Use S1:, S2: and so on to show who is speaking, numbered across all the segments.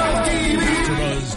S1: AfterBuzz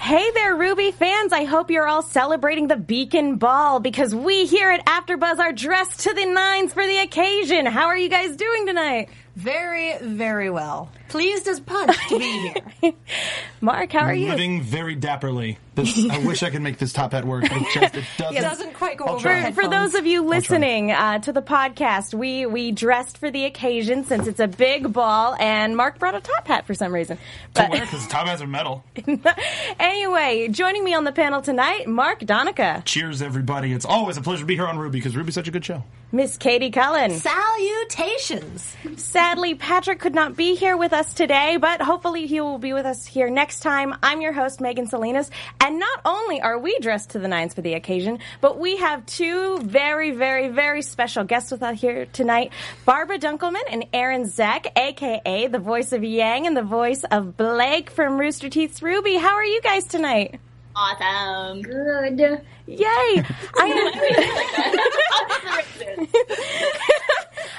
S2: Hey there, Ruby fans. I hope you're all celebrating the Beacon Ball because we here at AfterBuzz are dressed to the nines for the occasion. How are you guys doing tonight?
S3: Very, very well. Pleased as punch to be here.
S2: Mark, how are you?
S4: Living very dapperly. This, I wish I could make this top hat work. It just it doesn't.
S3: It doesn't quite go
S4: I'll
S3: over
S4: try.
S3: our
S2: for
S3: headphones.
S2: those of you listening uh, to the podcast, we we dressed for the occasion since it's a big ball, and Mark brought a top hat for some reason. But
S4: Because top hats are metal.
S2: anyway, joining me on the panel tonight, Mark Donica,
S4: Cheers, everybody. It's always a pleasure to be here on Ruby because Ruby's such a good show.
S2: Miss Katie Cullen.
S3: Salutations.
S2: Sadly, Patrick could not be here with us today, but hopefully he will be with us here next time. I'm your host, Megan Salinas, and not only are we dressed to the nines for the occasion, but we have two very, very, very special guests with us here tonight Barbara Dunkelman and Aaron Zack, aka the voice of Yang and the voice of Blake from Rooster Teeth's Ruby. How are you guys tonight?
S5: Awesome. Good.
S2: Yay! I am,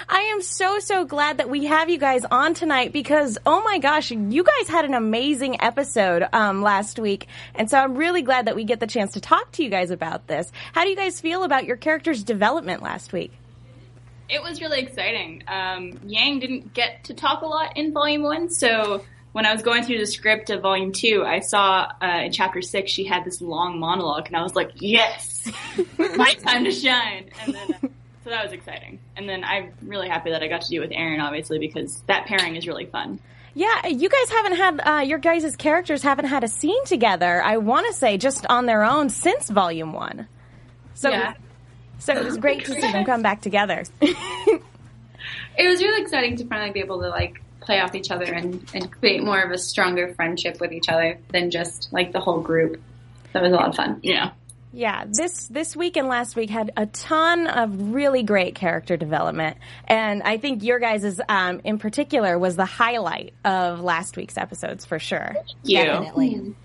S2: I am so so glad that we have you guys on tonight because oh my gosh, you guys had an amazing episode um, last week, and so I'm really glad that we get the chance to talk to you guys about this. How do you guys feel about your character's development last week?
S5: It was really exciting. Um, Yang didn't get to talk a lot in Volume 1, so when I was going through the script of Volume 2, I saw uh, in Chapter 6 she had this long monologue, and I was like, yes! My time to shine! And then, uh, so that was exciting. And then I'm really happy that I got to do it with Aaron, obviously, because that pairing is really fun.
S2: Yeah, you guys haven't had uh, your guys' characters haven't had a scene together. I want to say just on their own since Volume One. So,
S5: Yeah.
S2: so it was great to see them come back together.
S6: it was really exciting to finally be able to like play off each other and, and create more of a stronger friendship with each other than just like the whole group. That was a lot of fun.
S5: Yeah.
S2: Yeah, this this week and last week had a ton of really great character development, and I think your guys' um, in particular was the highlight of last week's episodes for sure.
S5: You.
S3: Oh. Definitely.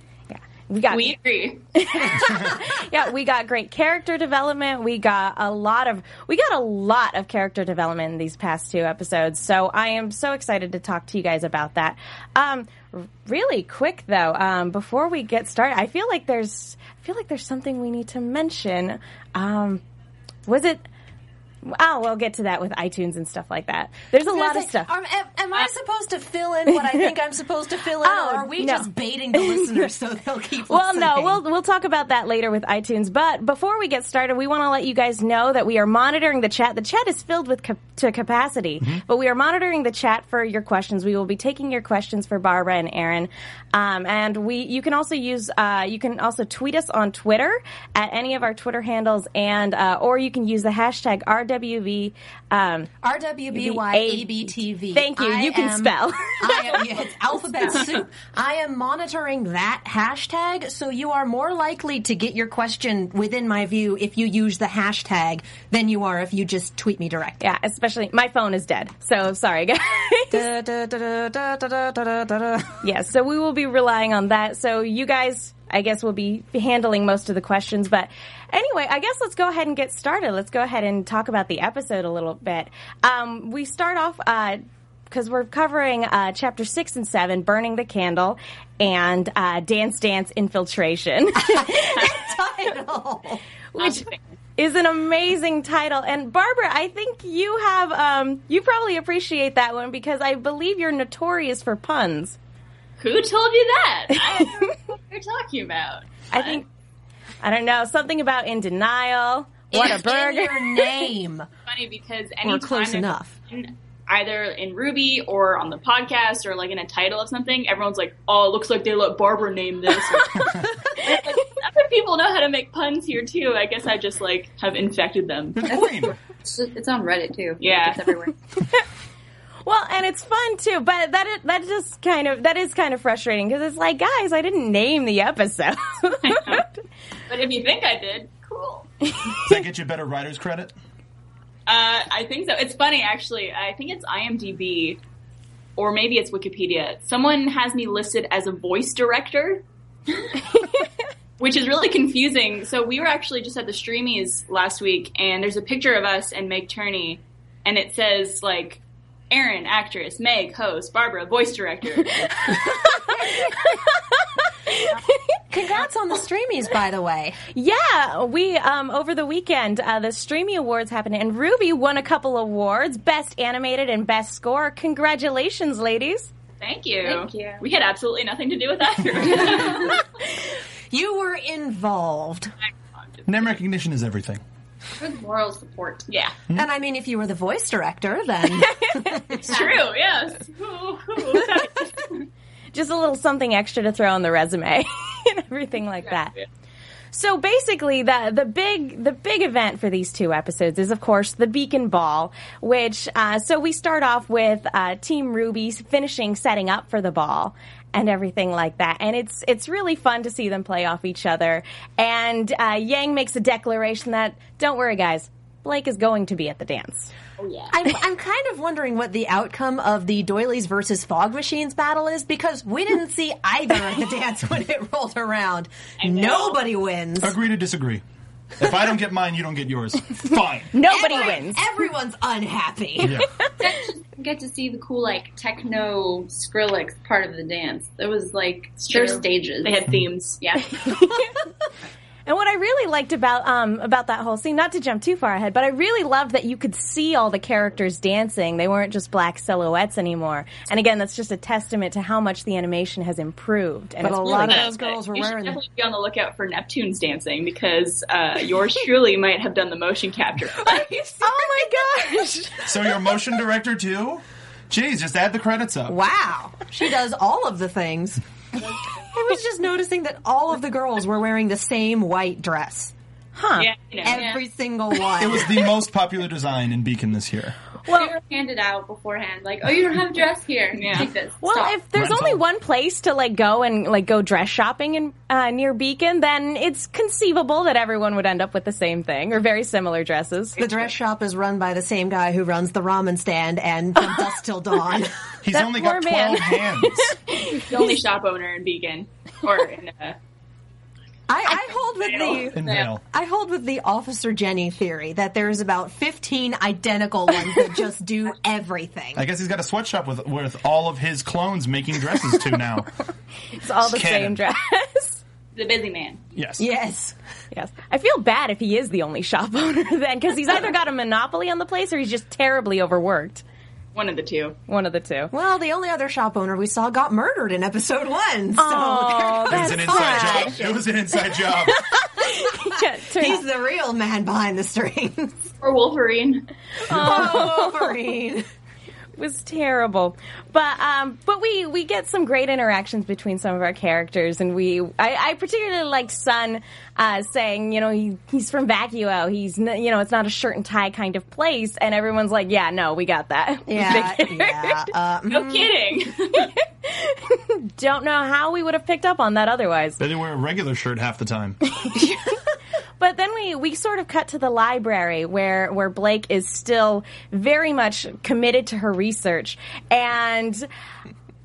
S2: We got
S5: We agree.
S2: yeah, we got great character development. We got a lot of we got a lot of character development in these past two episodes. So I am so excited to talk to you guys about that. Um, r- really quick though, um, before we get started, I feel like there's I feel like there's something we need to mention. Um, was it? Oh, we'll get to that with iTunes and stuff like that. There's a lot of
S3: Say,
S2: stuff. Uh,
S3: Am, am- am I supposed to fill in what I think I'm supposed to fill in,
S2: Oh,
S3: or are we
S2: no.
S3: just baiting the listeners so they'll keep
S2: Well,
S3: listening?
S2: no, we'll we'll talk about that later with iTunes. But before we get started, we want to let you guys know that we are monitoring the chat. The chat is filled with cap- to capacity, but we are monitoring the chat for your questions. We will be taking your questions for Barbara and Aaron, um, and we you can also use uh, you can also tweet us on Twitter at any of our Twitter handles, and uh, or you can use the hashtag RWV. Um,
S3: RWBYABTV.
S2: Thank you.
S3: I
S2: You can
S3: am-
S2: spell.
S3: I am, yeah, it's alphabet soup. I am monitoring that hashtag, so you are more likely to get your question within my view if you use the hashtag than you are if you just tweet me directly.
S2: yeah, especially my phone is dead, so sorry guys.
S3: Da, da, da, da, da, da, da, da, da.
S2: Yes, so we will be relying on that. So you guys, I guess, will be handling most of the questions. But anyway, I guess let's go ahead and get started. Let's go ahead and talk about the episode a little bit. Um, we start off because we're covering uh, chapter six and seven, burning the candle, and uh, dance, dance, infiltration.
S3: title.
S2: which is an amazing title. And Barbara, I think you have um, you probably appreciate that one because I believe you're notorious for puns.
S5: Who told you that? I don't know what you're talking about.
S2: I think I don't know something about in denial. What a
S3: In
S2: burger!
S3: your name.
S5: funny because anytime
S3: close
S5: there's
S3: enough.
S5: a pun, either in Ruby or on the podcast or like in a title of something, everyone's like, "Oh, it looks like they let Barbara name this." Or- It's like, other people know how how to make puns here too. I guess I just like have infected them.
S4: Good point.
S6: It's, it's on Reddit too.
S5: Yeah.
S6: it's everywhere.
S2: Well, and it's fun too, but that is, that just kind of that is kind of frustrating because it's like, guys, I didn't name the episode.
S5: But if you think I did, cool.
S4: Does that get you better writer's credit?
S5: Uh, I think so. It's funny, actually. I think it's IMDb, or maybe it's Wikipedia. Someone has me listed as a voice director, which is really confusing. So we were actually just at the Streamies last week, and there's a picture of us and Meg Turney, and it says like. Aaron, actress, Meg, host, Barbara, voice director.
S3: Congrats on the streamies, by the way.
S2: yeah, we um, over the weekend uh, the Streamy Awards happened, and Ruby won a couple awards: best animated and best score. Congratulations, ladies!
S5: Thank you.
S6: Thank you.
S5: We had absolutely nothing to do with that.
S3: You were involved.
S4: Name recognition is everything.
S6: Good moral support.
S5: yeah,
S3: And I mean, if you were the voice director, then
S5: it's true. Yes.
S2: Just a little something extra to throw on the resume and everything like that. So basically, the the big the big event for these two episodes is, of course, the Beacon Ball. Which uh, so we start off with uh, Team Ruby finishing setting up for the ball and everything like that, and it's it's really fun to see them play off each other. And uh, Yang makes a declaration that, "Don't worry, guys, Blake is going to be at the dance."
S3: I'm, I'm kind of wondering what the outcome of the doilies versus fog machines battle is because we didn't see either of the dance when it rolled around. Nobody wins.
S4: Agree to disagree. If I don't get mine, you don't get yours. Fine.
S2: Nobody
S3: Every-
S2: wins.
S3: Everyone's unhappy.
S4: Yeah.
S6: Get to see the cool like techno Skrillex part of the dance. There was like
S5: true.
S6: their stages.
S5: They had themes.
S6: yeah.
S2: And what I really liked about um, about that whole scene, not to jump too far ahead, but I really loved that you could see all the characters dancing. They weren't just black silhouettes anymore. And again, that's just a testament to how much the animation has improved. And
S3: But
S2: it's
S3: a
S2: really
S3: lot of
S2: good.
S3: those girls were
S5: you
S3: wearing
S5: should
S3: them.
S5: definitely be on the lookout for Neptune's dancing because uh, yours truly might have done the motion capture.
S2: Oh my gosh!
S4: So your motion director too? Jeez, just add the credits up.
S3: Wow. She does all of the things. I was just noticing that all of the girls were wearing the same white dress.
S5: yeah, you know.
S3: Every single
S4: It
S3: one.
S4: was the most popular design in Beacon this year.
S6: they were handed out beforehand. Like, oh, you don't have a dress here.
S5: Yeah.
S6: Take this.
S2: Well,
S6: Stop.
S2: if there's
S4: Rental.
S2: only one place to like go and like go dress shopping in uh, near Beacon, then it's conceivable that everyone would end up with the same thing or very similar dresses.
S3: The dress shop is run by the same guy who runs the ramen stand and from dusk till dawn.
S4: He's
S2: That
S4: only got
S2: poor man.
S4: twelve hands.
S5: the only shop owner in Beacon or in uh,
S3: I, I hold with the
S4: Inhale.
S3: I hold with the Officer Jenny theory that there's about 15 identical ones that just do everything.
S4: I guess he's got a sweatshop with with all of his clones making dresses too now.
S2: It's all the same
S4: Canon.
S2: dress.
S5: the Busy Man.
S4: Yes.
S3: yes.
S2: Yes. I feel bad if he is the only shop owner then, because he's either got a monopoly on the place or he's just terribly overworked.
S5: One of the two.
S2: One of the two.
S3: Well, the only other shop owner we saw got murdered in episode one. So
S2: Oh,
S4: It was an inside job. It was an inside job.
S2: Yeah, turn-
S3: he's the real man behind the strings.
S5: Or Wolverine.
S3: Wolverine.
S2: it was terrible. But um, but we we get some great interactions between some of our characters, and we I, I particularly liked Sun uh, saying, you know, he, he's from Vacuo. He's n- you know, it's not a shirt and tie kind of place, and everyone's like, yeah, no, we got that.
S3: Yeah, yeah. Uh,
S5: No kidding.
S2: Don't know how we would have picked up on that otherwise.
S4: They didn't wear a regular shirt half the time.
S2: But then we, we sort of cut to the library where, where Blake is still very much committed to her research. And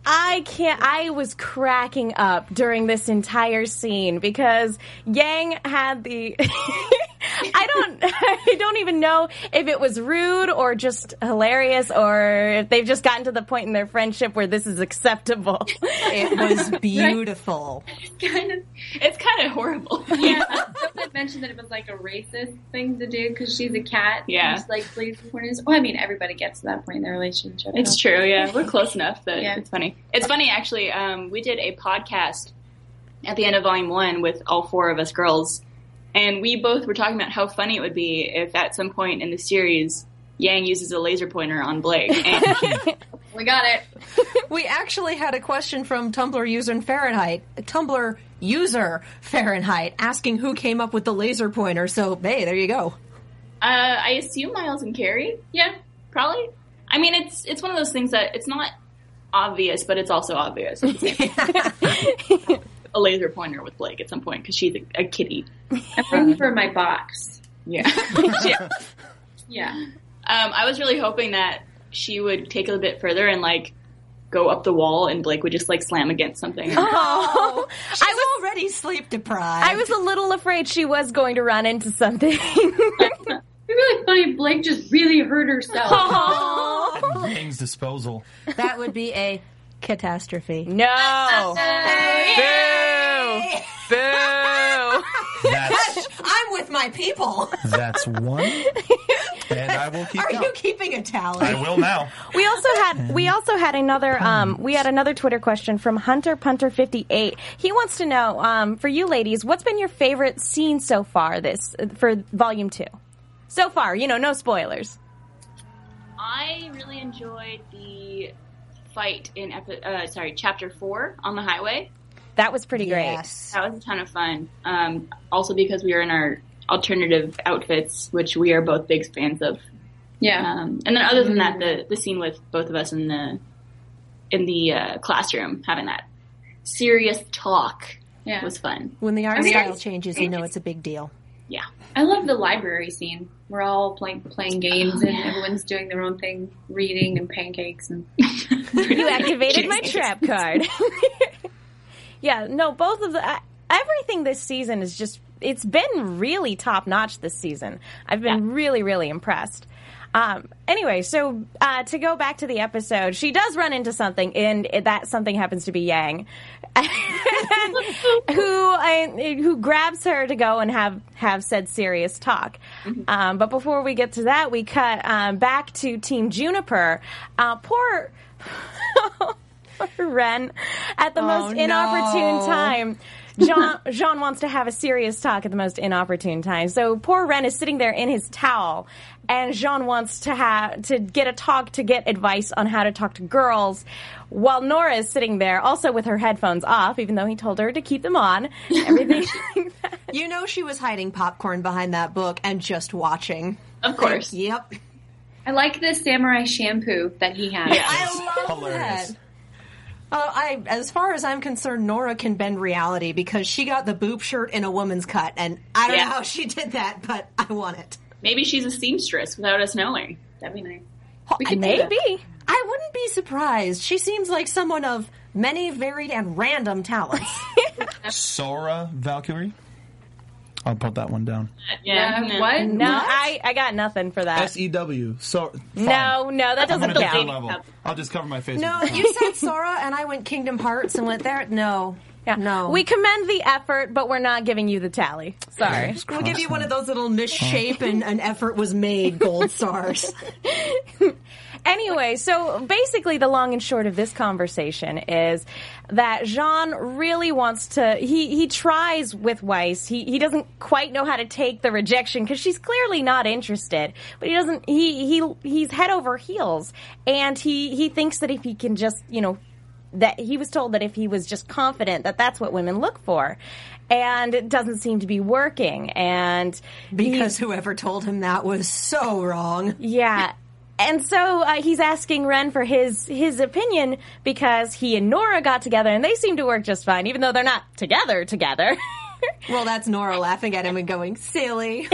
S2: I can't, I was cracking up during this entire scene because Yang had the, I don't, I don't even know if it was rude or just hilarious or if they've just gotten to the point in their friendship where this is acceptable.
S3: it was beautiful.
S6: kind of
S5: it's kind of horrible.
S6: yeah. Someone mentioned that it was like a racist thing to do because she's a cat.
S5: Yeah.
S6: She's like, please, corners. Well, I mean, everybody gets to that point in their relationship.
S5: It's true, yeah. We're close enough that
S6: Yeah.
S5: it's funny. It's funny, actually. Um, we did a podcast at the end of Volume 1 with all four of us girls, and we both were talking about how funny it would be if at some point in the series, Yang uses a laser pointer on Blake. And
S6: We got it.
S3: We actually had a question from Tumblr user in Fahrenheit. Tumblr user Fahrenheit asking who came up with the laser pointer. So, hey, there you go.
S5: Uh, I assume Miles and Carrie. Yeah, probably. I mean, it's it's one of those things that it's not obvious, but it's also obvious. at the same time. a laser pointer with Blake at some point because she's a, a kitty.
S6: for my box.
S5: Yeah. yeah. Yeah. Um, I was really hoping that she would take it a bit further and like go up the wall and Blake would just like slam against something.
S2: Oh,
S3: She's already sleep deprived.
S2: I was a little afraid she was going to run into something.
S6: It'd be really funny if Blake just really hurt herself.
S4: Yang's disposal.
S3: that would be a catastrophe.
S2: no. Boo! Boo!
S4: That's
S3: I'm with my people.
S4: that's one, and I will keep.
S3: Are you
S4: count.
S3: keeping a tally?
S4: I will now.
S2: We also had we also had another um, we had another Twitter question from Hunter Punter fifty eight. He wants to know um, for you ladies, what's been your favorite scene so far this for Volume Two? So far, you know, no spoilers.
S5: I really enjoyed the fight in epi- uh, sorry chapter four on the highway.
S2: That was pretty
S3: Yes.
S5: That was a ton of fun. Um, also because we were in our alternative outfits, which we are both big fans of.
S6: yeah.
S5: Um, and then other than that, the the scene with both of us in the in the uh, classroom having that serious talk
S6: Yeah.
S5: was fun.
S3: When the art
S6: I mean,
S3: style
S6: it's-
S3: changes, you know it's a big deal.
S5: Yeah.
S6: I love the library scene. We're all playing playing games and everyone's doing their own thing, reading and pancakes and
S2: great. You activated my trap card. yeah, no, both of the uh, everything this season is just it's been really top notch this season. I've been really really impressed. Um, anyway, so uh, to go back to the episode, she does run into something, and it- that something happens to be Yang, who I, who grabs her to go and have have said serious talk. Um, but before we get to that, we cut um, back to Team Juniper. Uh, poor. Ren, at the most
S3: Oh, no.
S2: inopportune time, Jean Jean wants to have a serious talk at the most inopportune time. So poor Ren is sitting there in his towel, and Jean wants to have to get a talk to get advice on how to talk to girls, while Nora is sitting there also with her headphones off, even though he told her to keep them on. Everything.
S3: You know she was hiding popcorn behind that book and just watching.
S5: Of course.
S3: Yep.
S6: I like the samurai shampoo that he has.
S3: I love
S4: Hilarious.
S3: that. Uh, I, as far as I'm concerned, Nora can bend reality because she got the boob shirt in a woman's cut, and I don't
S5: Yeah.
S3: know how she did that, but I want it.
S5: Maybe she's a seamstress without us knowing. That'd be nice.
S3: We
S5: could do that.
S2: Maybe.
S3: I wouldn't be surprised. She seems like someone of many varied and random talents.
S4: Sora Valkyrie. I'll put that one down.
S5: Yeah.
S6: Uh, what?
S2: No, I, I got nothing for that.
S4: S E W. So
S2: no, no, that
S4: I'm
S2: doesn't
S4: gonna take the
S2: count.
S4: level. I'll just cover my face.
S3: no,
S4: with the
S3: you said Sora, and I went Kingdom Hearts and went there. No,
S2: Yeah.
S3: no.
S2: We commend the effort, but we're not giving you the tally. Sorry.
S3: We'll give you one of those little misshapen an effort was made gold stars.
S2: Anyway, so basically, the long and short of this conversation is that Jean really wants to. He he tries with Weiss. He he doesn't quite know how to take the rejection because she's clearly not interested. But he doesn't. He he he's head over heels, and he he thinks that if he can just you know that he was told that if he was just confident that that's what women look for, and it doesn't seem to be working. And
S3: Because whoever told him that was so wrong.
S2: Yeah. And so uh, he's asking Ren for his his opinion because he and Nora got together and they seem to work just fine, even though they're not together together.
S3: Well, that's Nora laughing at him and going, silly.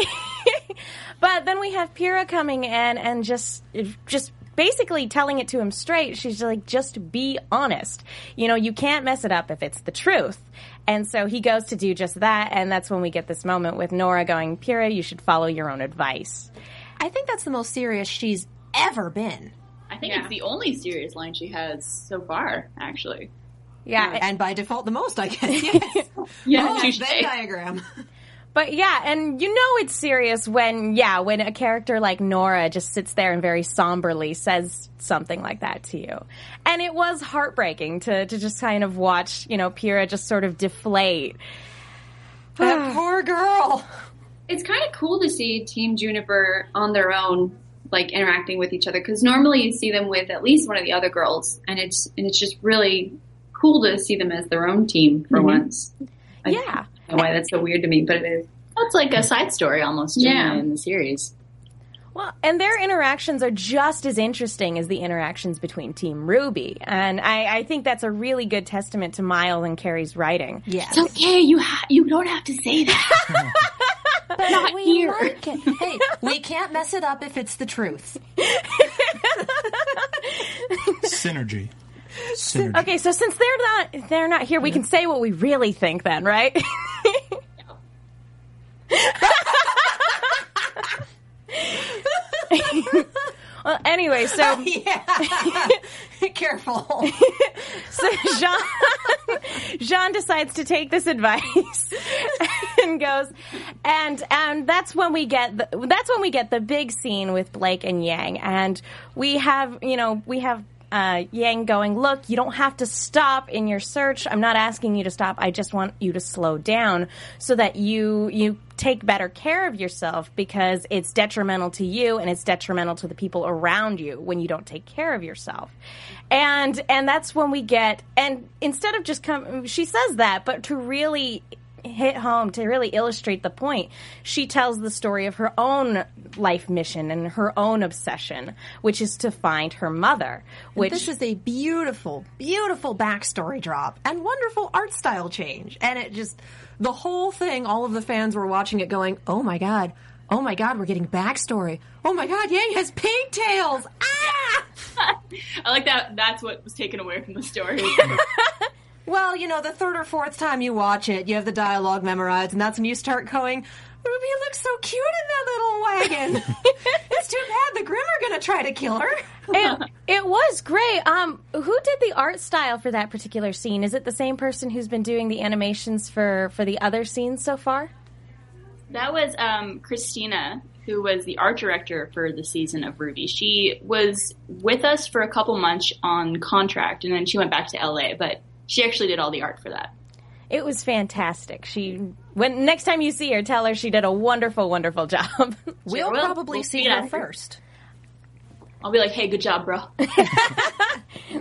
S2: but then we have Pyrrha coming in and just just basically telling it to him straight. She's like, just be honest. You know, you can't mess it up if it's the truth. And so he goes to do just that, and that's when we get this moment with Nora going, Pyrrha, you should follow your own advice.
S3: I think that's the most serious she's ever been.
S5: I think
S6: Yeah.
S5: it's the only serious line she has so far, actually.
S2: Yeah,
S3: And by default, the most, I guess. Yes.
S5: Yeah,
S3: Oh,
S5: touche.
S3: Venn diagram.
S2: But yeah, and you know it's serious when yeah, when a character like Nora just sits there and very somberly says something like that to you. And it was heartbreaking to to just kind of watch, you know, Pyrrha just sort of deflate.
S3: that poor girl.
S6: it's kind of cool to see Team Juniper on their own, like interacting with each other. Because normally you see them with at least one of the other girls, and it's and it's just really cool to see them as their own team for once.
S5: Mm-hmm. I
S2: Yeah.
S5: don't know why that's so weird to me, but it is.
S6: That's like a side story almost.
S5: Yeah.
S6: Yeah, in the series.
S2: Well, and their interactions are just as interesting as the interactions between Team Ruby. And I, I think that's a really good testament to Miles and Carrie's writing.
S3: Yes.
S6: It's okay. You ha- you don't have to say that.
S3: But we like it. Hey, we can't mess it up if it's the truth.
S4: Synergy. Synergy.
S2: Okay, so since they're not they're not here, we can say what we really think then, right? well, anyway, so
S3: Yeah. Careful.
S2: so Jean Jean decides to take this advice and goes, and and that's when we get the, that's when we get the big scene with Blake and Yang, and we have you know we have. Uh, Yang going, look, you don't have to stop in your search. I'm not asking you to stop. I just want you to slow down so that you you take better care of yourself because it's detrimental to you and it's detrimental to the people around you when you don't take care of yourself. And and that's when we get and instead of just come she says that but to really hit home to really illustrate the point she tells the story of her own life mission and her own obsession which is to find her mother which
S3: This is a beautiful, beautiful backstory drop and wonderful art style change. And it just, the whole thing, all of the fans were watching it going, oh my god, oh my god, we're getting backstory. Oh my god, Yang has pigtails! Ah!
S5: I like that. That's what was taken away from the story.
S3: Well, you know, the third or fourth time you watch it, you have the dialogue memorized, and that's when you start going, Ruby looks so cute in that little wagon. it's too bad the Grim are gonna try to kill her.
S2: it, eh, it was great um who did the art style for that particular scene is it the same person who's been doing the animations for for the other scenes so far
S5: That was um, Christina, who was the art director for the season of Ruby. She was with us for a couple months on contract, and then she went back to LA. But she actually did all the art for that.
S2: It was fantastic. She when next time you see her, tell her she did a wonderful, wonderful job.
S3: We'll
S5: will.
S3: probably
S5: We'll
S3: see
S5: see
S3: her
S5: after.
S3: first.
S5: I'll be like, "Hey, good job, bro."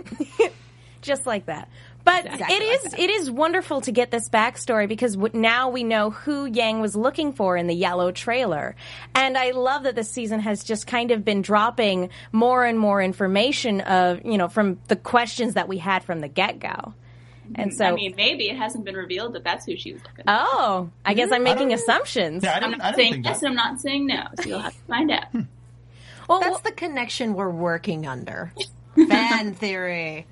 S2: Just like that. But it is it is wonderful to get this backstory because w- now we know who Yang was looking for in the yellow trailer, and I love that this season has just kind of been dropping more and more information of you know from the questions that we had from the get go, and so
S5: I mean, maybe it hasn't been revealed that that's who she was looking. for.
S2: oh, I guess I'm making assumptions.
S4: Yeah, I
S5: I'm
S4: don't, I
S5: not
S4: don't
S5: saying
S4: think
S5: yes,
S4: that.
S5: and I'm not saying no. So you'll have to find out.
S2: Well,
S3: That's the connection we're working under. Fan theory.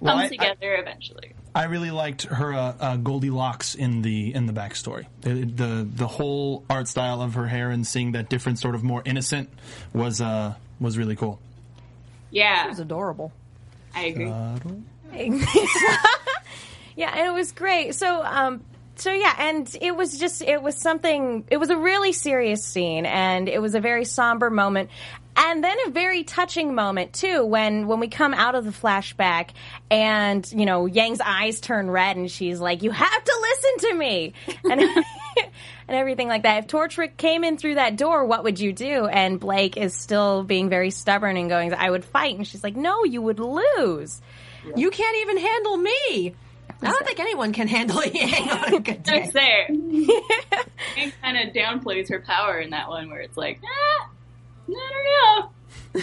S4: Well,
S5: Comes
S4: I, I,
S5: together eventually.
S4: I really liked her uh, uh, Goldilocks in the in the backstory. The, the the whole art style of her hair and seeing that different sort of more innocent was uh was really cool.
S5: Yeah,
S3: It's adorable.
S5: I agree.
S2: Yeah, and it was great. So, um, so yeah, and it was just it was something. It was a really serious scene, and it was a very somber moment, and then a very touching moment too. When when we come out of the flashback, and you know Yang's eyes turn red, and she's like, "You have to listen to me," and and everything like that. If Torchwick came in through that door, what would you do? And Blake is still being very stubborn and going, "I would fight," and she's like, "No, you would lose."
S3: You can't even handle me. I don't think anyone can handle Yang on a good day.
S5: It's there. It kind of downplays her power in that one, where it's like, ah, I don't know.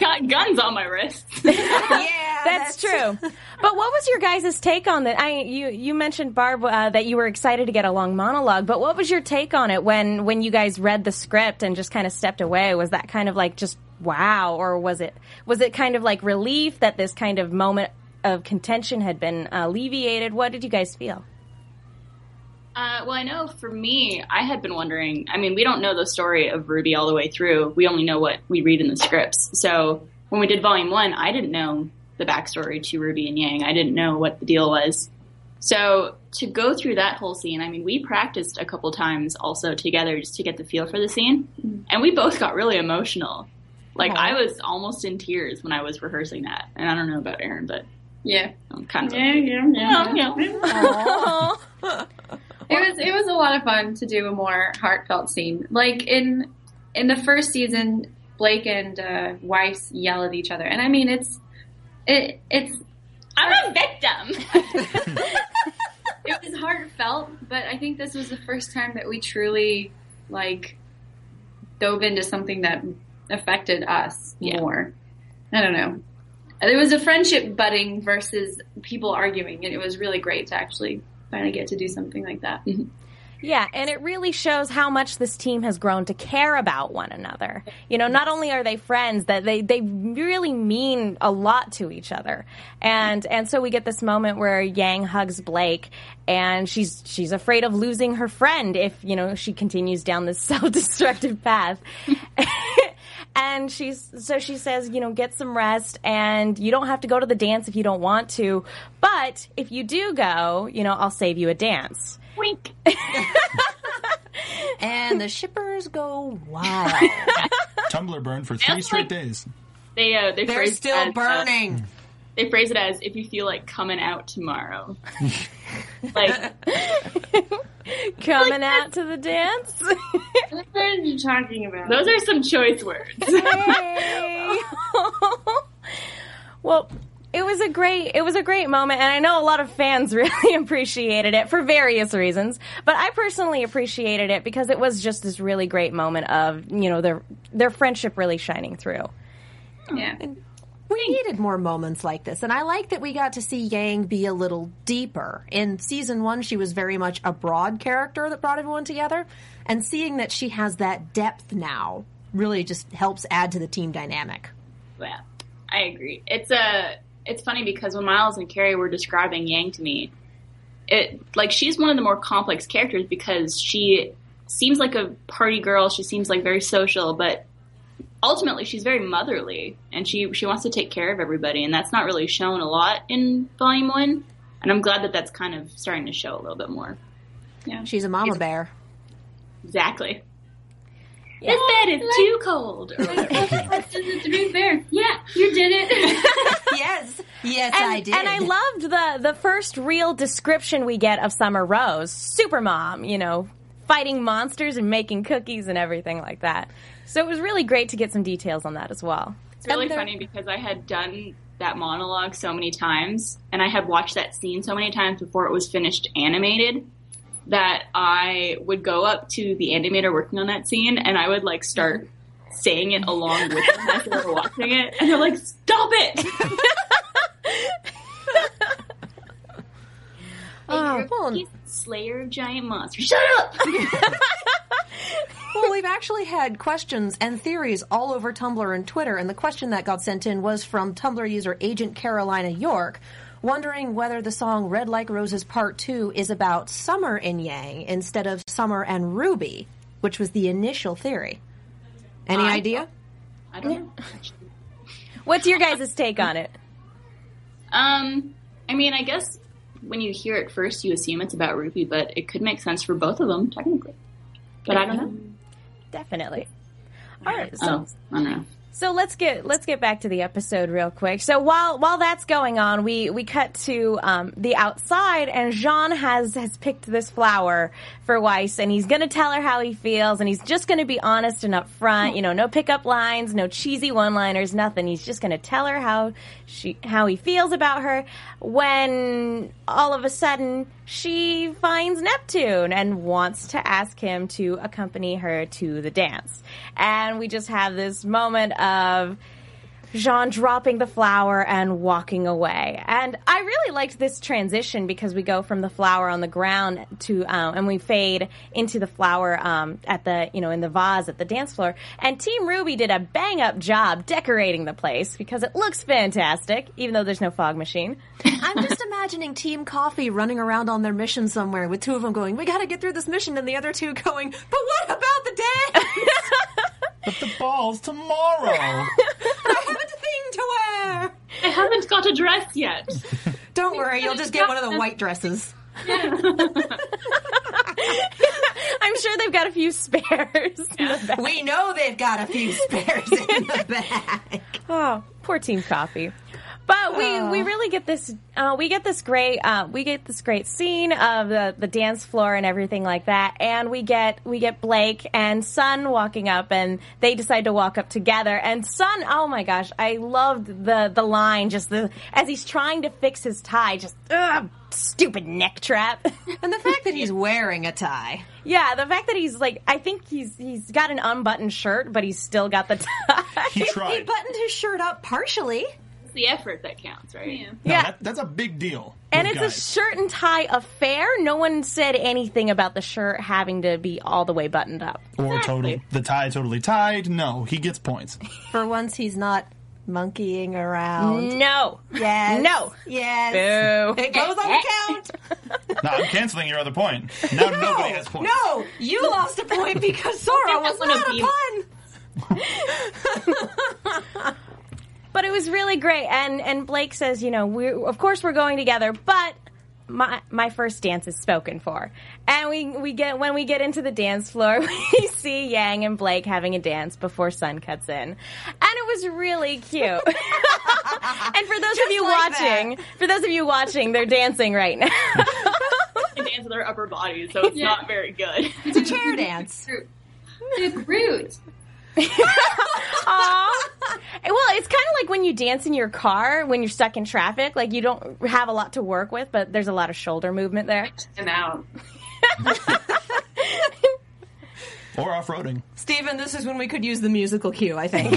S5: Got guns on my wrists.
S3: Yeah,
S2: That's true. but what was your guys' take on that? I you you mentioned Barb uh, that you were excited to get a long monologue, but what was your take on it when when you guys read the script and just kind of stepped away? Was that kind of like just wow, or was it was it kind of like relief that this kind of moment of contention had been alleviated? What did you guys feel?
S5: Uh, well, I know for me, I had been wondering. I mean, we don't know the story of Ruby all the way through. We only know what we read in the scripts. So when we did Volume One, I didn't know the backstory to Ruby and Yang. I didn't know what the deal was. So to go through that whole scene, I mean, we practiced a couple times also together just to get the feel for the scene,
S6: Mm-hmm.
S5: and we both got really emotional. Like I was almost in tears when I was rehearsing that, and I don't know about Aaron, but
S6: Yeah.
S5: I'm kind of
S6: Yeah, yeah, yeah.
S5: Oh, yeah.
S6: It was it was a lot of fun to do a more heartfelt scene. Like in in the first season, Blake and uh, Weiss yell at each other, and I mean it's it it's
S5: I'm a victim.
S6: it
S2: know-
S6: is heartfelt, but I think this was the first time that we truly like dove into something that affected us more. I don't know. There was a friendship budding versus people arguing, and it was really great to actually finally get to do something like that.
S2: Yeah, and it really shows how much this team has grown to care about one another. You know, not only are they friends, that they they really mean a lot to each other. And and so we get this moment where Yang hugs Blake and she's she's afraid of losing her friend if, you know, she continues down this self-destructive path. and she's so she says, you know, get some rest and you don't have to go to the dance if you don't want to, but if you do go, you know, I'll save you a dance.
S5: Wink.
S3: and the shippers go wild.
S4: Tumblr burned for three straight days.
S5: They uh, they
S3: They're
S5: phrase it as,
S3: still
S5: uh,
S3: burning.
S5: they phrase it as if you feel like coming out tomorrow. like
S2: coming out to the dance.
S6: What are you talking about?
S5: those are some choice words.
S2: well, it was a great it was a great moment and I know a lot of fans really appreciated it for various reasons, but I personally appreciated it because it was just this really great moment of, you know, their their friendship really shining through.
S6: yeah.
S3: We needed more moments like this, and I like that we got to see Yang be a little deeper. In season one, she was very much a broad character that brought everyone together, and seeing that she has that depth now really just helps add to the team dynamic.
S5: Yeah, I agree. It's a it's funny because when Miles and Carrie were describing Yang to me, it like she's one of the more complex characters because she seems like a party girl. She seems like very social, but ultimately she's very motherly and she she wants to take care of everybody, and that's not really shown a lot in Volume One. And I'm glad that that's kind of starting to show a little bit more.
S3: She's a mama bear.
S5: Exactly. This bed is too cold. Or whatever.
S6: to be fair, yeah, you did it.
S3: yes, yes,
S2: and,
S3: I did.
S2: and I loved the the first real description we get of Summer Rose, supermom, you know, fighting monsters and making cookies and everything like that. So it was really great to get some details on that as well.
S5: It's really
S3: And there-
S5: funny because I had done that monologue so many times and I had watched that scene so many times before it was finished animated that I would go up to the animator working on that scene and I would like start saying it along with them as they were watching it and they're like, Stop it
S3: well, and-
S5: Slayer of giant monster. Shut up
S3: well, we've actually had questions and theories all over Tumblr and Twitter, and the question that got sent in was from Tumblr user Agent Carolina York, wondering whether the song Red Like Roses Part 2 is about Summer and Yang instead of Summer and Ruby, which was the initial theory. Any
S5: I-
S3: idea?
S5: I don't know.
S2: What's your guys' take on it?
S5: Um I mean I guess when you hear it first you assume it's about Ruby, but it could make sense for both of them, technically. But I don't know.
S2: Definitely. All right, so,
S5: Oh, I don't know.
S2: so let's get let's get back to the episode real quick. So while while that's going on, we we cut to um, the outside, and Jean has has picked this flower for Weiss, and he's going to tell her how he feels, and he's just going to be honest and upfront. You know, no pickup lines, no cheesy one liners, nothing. He's just going to tell her how she how he feels about her. When all of a sudden she finds Neptune and wants to ask him to accompany her to the dance. And we just have this moment of Jean dropping the flower and walking away. And I really liked this transition because we go from the flower on the ground to, um, and we fade into the flower um, at the, you know, in the vase at the dance floor. And Team Ruby did a bang up job decorating the place because it looks fantastic, even though there's no fog machine.
S3: I'm just imagining Team Coffee running around on their mission somewhere with two of them going, We gotta get through this mission, and the other two going, But what about the dance?
S4: But the ball's tomorrow.
S3: I have a thing to wear!
S5: I haven't got a dress yet.
S3: Don't worry, you'll just get one of the white dresses.
S2: I'm sure they've got a few spares. in the back.
S3: We know they've got a few spares in the bag.
S2: Oh, poor Team Coffee. Oh. But we, we really get this uh, we get this great uh, we get this great scene of the, the dance floor and everything like that, and we get we get Blake and Sun walking up, and they decide to walk up together. And Sun, oh my gosh, I loved the the line just the as he's trying to fix his tie, just ugh, stupid neck trap.
S3: And the fact that he's wearing a tie.
S2: yeah, the fact that he's like, I think he's he's got an unbuttoned shirt, but he's still got the tie.
S4: He
S3: He
S4: tried.
S3: buttoned his shirt up partially.
S5: It's the effort that counts, right? Yeah.
S4: No,
S2: yeah.
S4: that- that's a big deal.
S2: and it's
S4: with
S2: a
S4: guys.
S2: shirt and tie affair. No one said anything about the shirt having to be all the way buttoned up.
S4: or total the tie totally tied. No, he gets points.
S3: For once, he's not monkeying around.
S2: No.
S3: Yes.
S2: No.
S3: Yes.
S2: Boo.
S3: It goes on the count. Oh,
S4: No, I'm canceling your other point. Now nobody has points.
S3: No, you lost a point because Sora was
S5: one of
S3: not a
S5: you.
S3: pun.
S2: But it was really great. And and Blake says, you know, we of course we're going together, but my my first dance is spoken for. And we we get when we get into the dance floor, we see Yang and Blake having a dance before Sun cuts in. And it was really cute. and for those of you
S3: like that.
S2: watching, for those of you watching, they're dancing right now.
S5: They dance with their upper bodies, so it's not very good.
S3: It's a chair dance.
S6: Groot. Dude, Groot.
S2: Aw. Well, it's kind of like when you dance in your car when you're stuck in traffic. Like you don't have a lot to work with, but there's a lot of shoulder movement there.
S5: I'm out.
S4: Or off-roading.
S3: Steven, this is when we could use the musical cue, I think.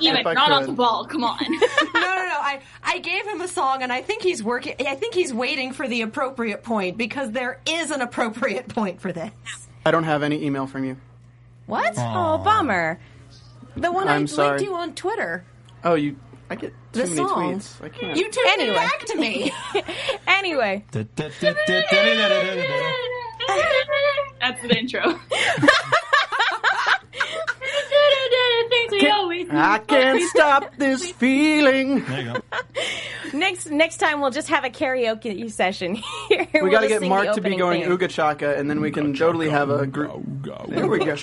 S5: Even
S7: I
S5: not on
S7: could.
S5: the ball. Come on.
S3: no, no, no. I, I gave him a song, and I think he's working. I think he's waiting for the appropriate point because there is an appropriate point for this.
S7: I don't have any email from you.
S2: What? Oh, bummer.
S3: The one
S7: I'm
S3: I
S7: sorry.
S3: linked you on Twitter.
S7: Oh, you. I get too
S3: The
S7: many
S3: song.
S7: tweets. I can't.
S3: You turned
S2: Anyway.
S3: it back to me.
S2: Anyway,
S5: That's the intro. Things we always do.
S7: I can't stop this feeling.
S4: There you go.
S2: next next time we'll just have a karaoke session here.
S7: We
S2: We'll
S7: gotta
S2: just
S7: get
S2: sing
S7: Mark
S2: the
S7: to be
S2: opening
S7: going
S2: theme.
S7: Ooga Chaka, and then we can totally have a group. There we go.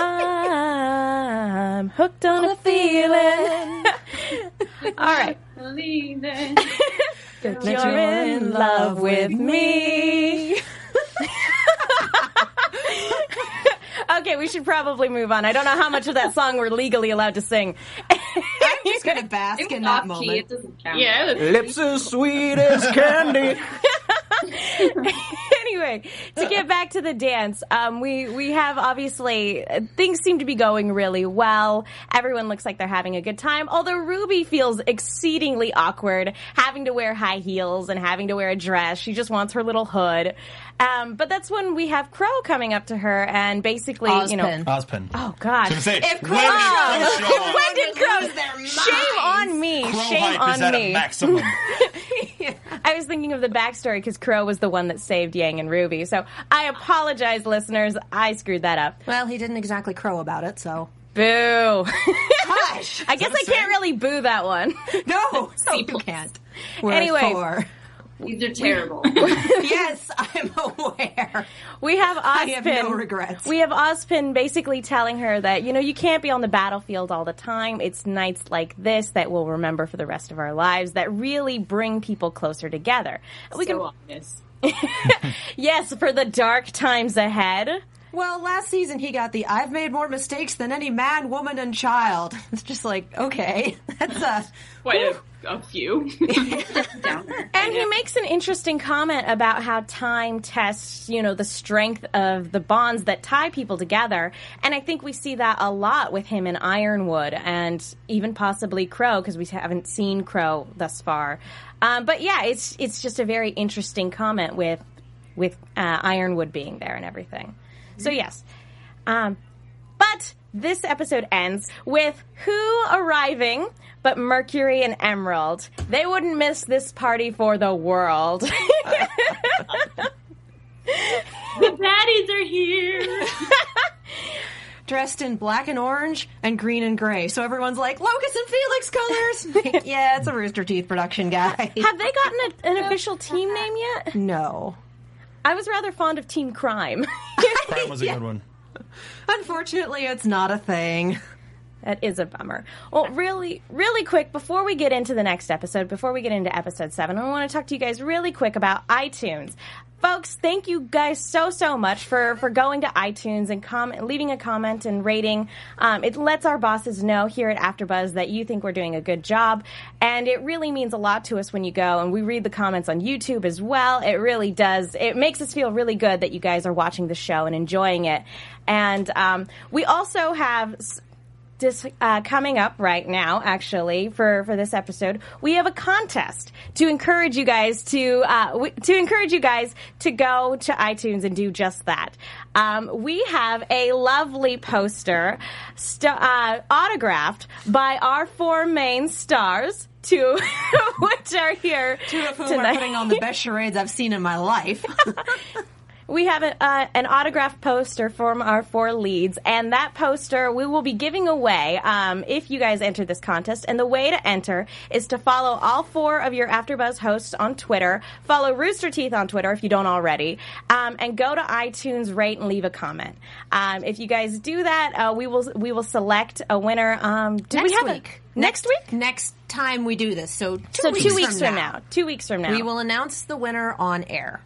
S2: I'm hooked on a feeling. All right.
S5: Believe it.
S2: That you're in love with me. okay, we should probably move on. I don't know how much of that song we're legally allowed to sing.
S3: I'm just gonna bask in that
S6: Off key, it
S3: moment.
S6: doesn't count.
S5: Yeah, it was-
S7: Lips as sweet as candy.
S2: anyway, to get back to the dance, um, we we have obviously uh, things seem to be going really well. Everyone looks like they're having a good time. Although Ruby feels exceedingly awkward, having to wear high heels and having to wear a dress. She just wants her little hood. Um, but that's when we have Crow coming up to her and basically, you know,
S3: Ozpin.
S4: Ozpin.
S2: oh god,
S4: Gonna say,
S3: If
S4: when
S3: Crow-
S4: did Crow show up?
S2: when did
S3: Lose their
S2: Crow?
S3: minds.
S2: Shame on me.
S4: Crow
S2: Shame
S4: hype is
S2: on
S4: at
S2: me.
S4: a maximum.
S2: I was thinking of the backstory because Crow was the one that saved Yang and Ruby. So I apologize, listeners. I screwed that up.
S3: Well, he didn't exactly crow about it, so.
S2: Boo.
S3: Hush!
S2: I guess I can't really boo that one.
S3: No, no, you can't. We're
S2: Anyway.
S3: four.
S5: these are terrible.
S3: yes, I'm aware.
S2: We have Ozpin.
S3: have no regrets.
S2: We have Ozpin basically telling her that, you know, you can't be on the battlefield all the time. It's nights like this that we'll remember for the rest of our lives that really bring people closer together. We
S5: so
S2: can,
S5: honest.
S2: yes, for the dark times ahead.
S3: Well, last season he got the "I've made more mistakes than any man, woman, and child." It's just like, okay, that's uh,
S5: Quite a, a few.
S6: Downer.
S2: And he makes an interesting comment about how time tests, you know, the strength of the bonds that tie people together. And I think we see that a lot with him in Ironwood and even possibly Crow because we haven't seen Crow thus far. Um, but yeah, it's it's just a very interesting comment with with uh, Ironwood being there and everything. So yes, um, but this episode ends with who arriving but Mercury and Emerald. They wouldn't miss this party for the world.
S5: the baddies are here.
S3: dressed in black and orange and green and gray. So everyone's like, "Locust and Felix colors." Like, yeah, it's a Rooster Teeth production, guy.
S2: Have they gotten a, an official team name yet?
S3: no,
S2: I was rather fond of Team Crime.
S4: Crime was a good one.
S3: unfortunately, it's not a thing.
S2: That is a bummer. Well, really, really quick, before we get into the next episode, before we get into episode seven, I want to talk to you guys really quick about iTunes. Folks, thank you guys so so much for for going to iTunes and comment, leaving a comment and rating. Um, it lets our bosses know here at AfterBuzz that you think we're doing a good job, and it really means a lot to us when you go. And we read the comments on YouTube as well. It really does. It makes us feel really good that you guys are watching the show and enjoying it. And um, we also have s- dis- uh, coming up right now, actually, for, for this episode, we have a contest to encourage you guys to uh, w- to encourage you guys to go to iTunes and do just that. Um, we have a lovely poster st- uh, autographed by our four main stars. Two, which are here
S3: Two of whom
S2: tonight.
S3: are putting on the best charades I've seen in my life.
S2: we have an, uh, an autographed poster from our four leads, and that poster we will be giving away um, if you guys enter this contest. And the way to enter is to follow all four of your AfterBuzz hosts on Twitter, follow Rooster Teeth on Twitter if you don't already, um, and go to iTunes, rate, and leave a comment. Um, if you guys do that, uh, we will we will select a winner. Um, do we
S3: Next
S2: have a-
S3: week.
S2: next week?
S3: Next time we do this, so two
S2: So
S3: weeks
S2: two weeks from, now.
S3: now,
S2: Two weeks from now.
S3: we will announce the winner on air.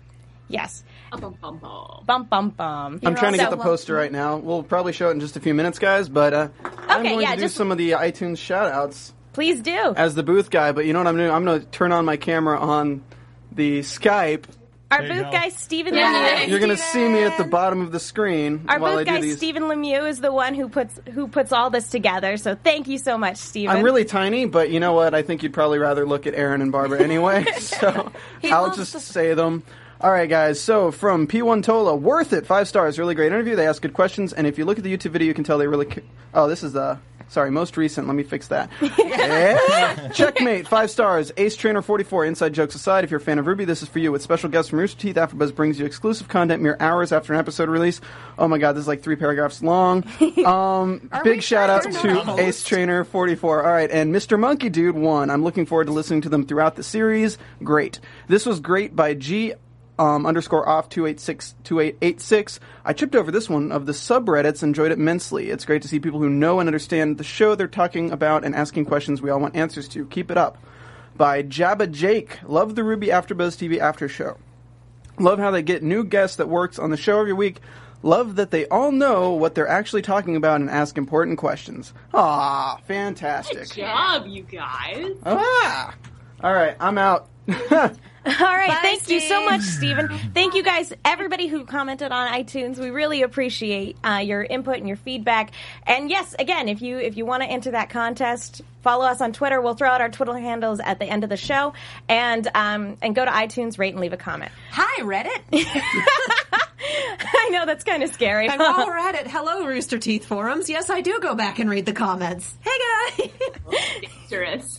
S2: Yes.
S6: Bum, bum, bum.
S2: Bum bum bum.
S7: I'm trying to
S2: So-
S7: get the poster right now. We'll probably show it in just a few minutes, guys. But uh, I'm
S2: Okay,
S7: going
S2: yeah,
S7: to do
S2: just-
S7: some of the iTunes shout-outs
S2: Please do.
S7: as the booth guy. But you know what I'm doing? I'm going to turn on my camera on the Skype.
S2: Our
S4: There you
S2: booth
S4: go.
S2: guy Stephen Lemieux.
S7: You're going to see me at the bottom of the screen
S2: Our
S7: while I
S2: booth
S7: do
S2: guy
S7: these.
S2: Stephen Lemieux is the one who puts who puts all this together. So thank you so much, Stephen.
S7: I'm really tiny, but you know what? I think you'd probably rather look at Aaron and Barbara anyway, so I'll
S3: loves
S7: just
S3: the-
S7: say them. All right, guys. So from P1 Tola, worth it. Five stars. Really great interview. They asked good questions, and if you look at the YouTube video, you can tell they really. Ca- oh, this is the. Sorry, most recent. Let me fix that. Yeah. Checkmate, five stars. Ace Trainer 44. Inside jokes aside, if you're a fan of Ruby, this is for you. With special guests from Rooster Teeth, AfterBuzz brings you exclusive content mere hours after an episode release. Oh my God, this is like three paragraphs long. Um,
S3: we
S7: big shout out
S3: sure they're
S7: to
S3: not
S7: Ace Trainer 44. All right, and Mr. Monkey Dude 1. I'm looking forward to listening to them throughout the series. Great. This was great by G um, underscore off 286 2886. I tripped over this one of the subreddits, enjoyed it immensely. It's great to see people who know and understand the show they're talking about and asking questions we all want answers to. Keep it up. By Jabba Jake. Love the Ruby AfterBuzz TV after show. Love how they get new guests that works on the show every week. Love that they all know what they're actually talking about and ask important questions. Ah, fantastic.
S5: Job, you guys.
S7: Ah. All right, I'm out.
S2: all right. thank you so much, Stephen. Thank you guys, everybody who commented on iTunes. We really appreciate uh, your input and your feedback. And yes, again, if you if you want to enter that contest, follow us on Twitter. We'll throw out our Twitter handles at the end of the show, and um, and go to iTunes, rate, and leave a comment.
S3: Hi, Reddit.
S2: I know that's kind of scary.
S3: and while we're at it, hello, Rooster Teeth forums. Yes, I do go back and read the comments. Hey, guys.
S5: Dangerous.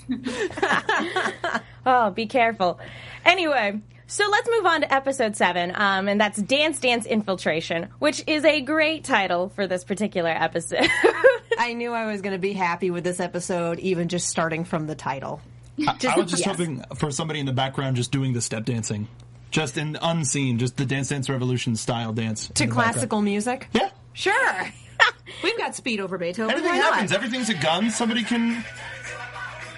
S2: Oh, be careful. Anyway, so let's move on to episode seven, um, and that's Dance Dance Infiltration, which is a great title for this particular episode.
S3: I knew I was going to be happy with this episode, even just starting from the title.
S4: I was
S3: yes.
S4: just hoping for somebody in the background just doing the step dancing, just in unseen, just the Dance Dance Revolution style dance
S3: To
S4: in the background.
S3: classical music?
S4: Yeah,
S3: Sure. We've got speed over Beethoven.
S4: everything
S3: Why not?
S4: happens. eh? Everything's a gun. Somebody can.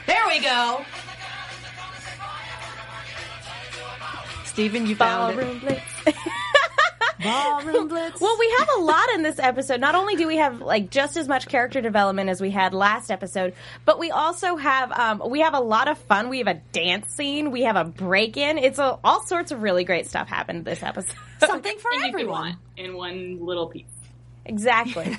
S3: There we go. Steven, you found it.
S2: Ballroom Blitz.
S3: Ballroom Blitz.
S2: well, we have a lot in this episode. Not only do we have like just as much character development as we had last episode, but we also have um, we have a lot of fun. We have a dance scene. We have a break in. It's a, all sorts of really great stuff happened this episode.
S3: something for
S5: Anything you
S3: everyone.
S5: want in one little piece.
S2: Exactly.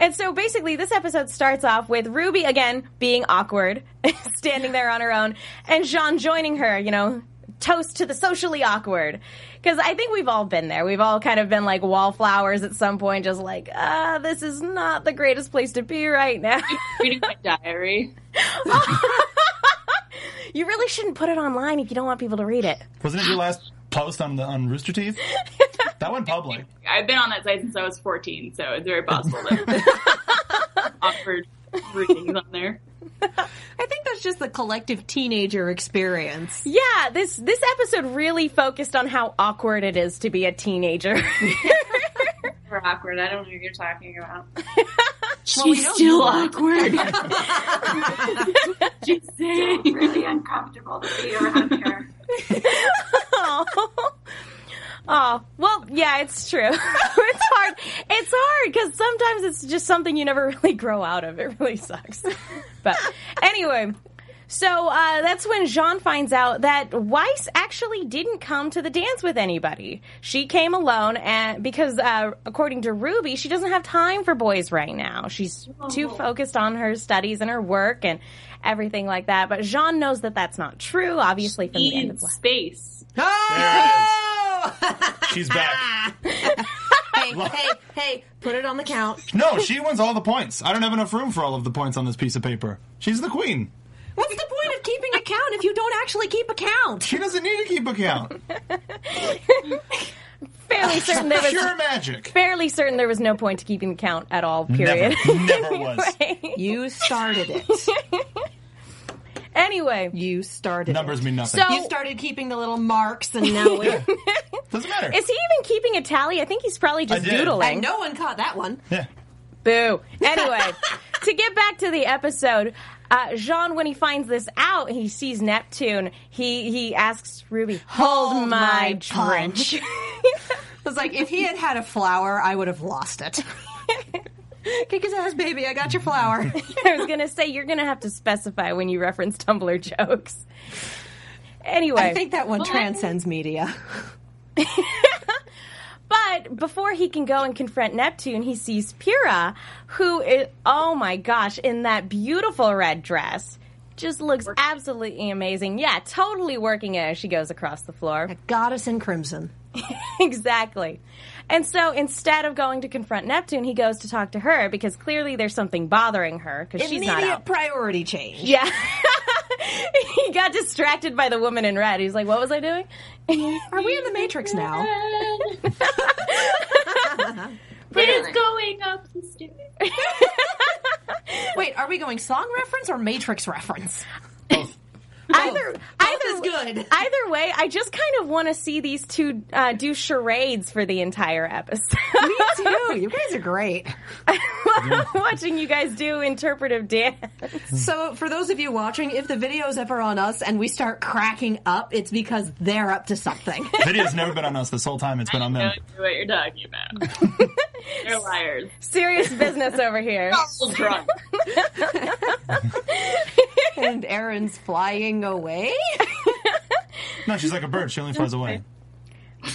S2: And so basically, this episode starts off with Ruby again being awkward, standing there on her own, and Jean joining her, you know, toast to the socially awkward. Because I think we've all been there. We've all kind of been like wallflowers at some point, just like, ah, this is not the greatest place to be right now.
S5: Reading my diary.
S2: you really shouldn't put it online if you don't want people to read it.
S4: Wasn't it your last post on the on Rooster Teeth? That went public.
S5: I've been on that site since I was 14, so it's very possible that awkward readings on there.
S3: I think that's just the collective teenager experience.
S2: Yeah, this this episode really focused on how awkward it is to be a teenager.
S5: Super awkward. I don't know what you're talking about.
S3: Well, we
S6: She's
S3: don't
S6: still
S3: know.
S6: awkward. Just
S8: It's
S6: saying.
S8: really uncomfortable to be around her.
S2: oh. Oh, well, yeah, it's true. it's hard. It's hard because sometimes it's just something you never really grow out of. It really sucks. But anyway, so uh, that's when Jean finds out that Weiss actually didn't come to the dance with anybody. She came alone, and because uh, according to Ruby, she doesn't have time for boys right now. She's too focused on her studies and her work and everything like that. But Jean knows that that's not true. Obviously, from the end
S5: in
S2: of last.
S5: space.
S3: Oh!
S4: She's back.
S3: hey, hey, hey! Put it on the count.
S4: No, she wins all the points. I don't have enough room for all of the points on this piece of paper. She's the queen.
S3: What's the point of keeping a count if you don't actually keep a count?
S4: She doesn't need to keep a count.
S2: Fairly certain there was
S4: Pure magic.
S2: fairly certain there was no point to keeping count at all. Period.
S4: Never, never was.
S3: You started it.
S2: anyway,
S3: You started.
S4: Numbers
S3: it.
S4: mean nothing.
S2: So-
S3: You started keeping the little marks, and now we're.
S4: Doesn't matter.
S2: is he even keeping a tally? I think he's probably just
S4: did.
S2: doodling.
S3: And no one caught that one.
S4: yeah.
S2: Boo. Anyway, to get back to the episode, uh, Jean, when he finds this out, he sees Neptune. He he asks Ruby, "Hold,
S3: Hold
S2: my,
S3: my
S2: punch."
S3: I was like, if he had had a flower, I would have lost it. Kick his ass, baby! I got your flower.
S2: I was gonna say you're gonna have to specify when you reference Tumblr jokes. Anyway,
S3: I think that one transcends media.
S2: But before he can go and confront Neptune, he sees Pyrrha, who is, oh my gosh, in that beautiful red dress. Just looks absolutely amazing. Yeah, totally working it as she goes across the floor.
S3: Goddess in crimson.
S2: exactly. And so instead of going to confront Neptune, he goes to talk to her because clearly there's something bothering her because she's not
S3: Immediate
S2: out.
S3: priority change.
S2: yeah. he got distracted by the woman in red. He's like, what was I doing?
S3: Are we in the Matrix now?
S5: It's going up the stairs.
S3: Wait, are we going song reference or Matrix reference?
S2: either
S3: Both
S2: either
S3: is good.
S2: Either way, I just kind of want to see these two uh, do charades for the entire episode.
S3: Me too. You guys are great.
S2: Watching you guys do interpretive dance.
S3: So, for those of you watching, if the video's ever on us and we start cracking up, it's because they're up to something.
S4: Video's never been on us this whole time. It's been on
S5: I
S4: them.
S5: don't know what you're talking about. They're liars.
S2: Serious business over here.
S5: All drunk.
S3: and Aaron's flying away.
S4: No, she's like a bird. She only flies away.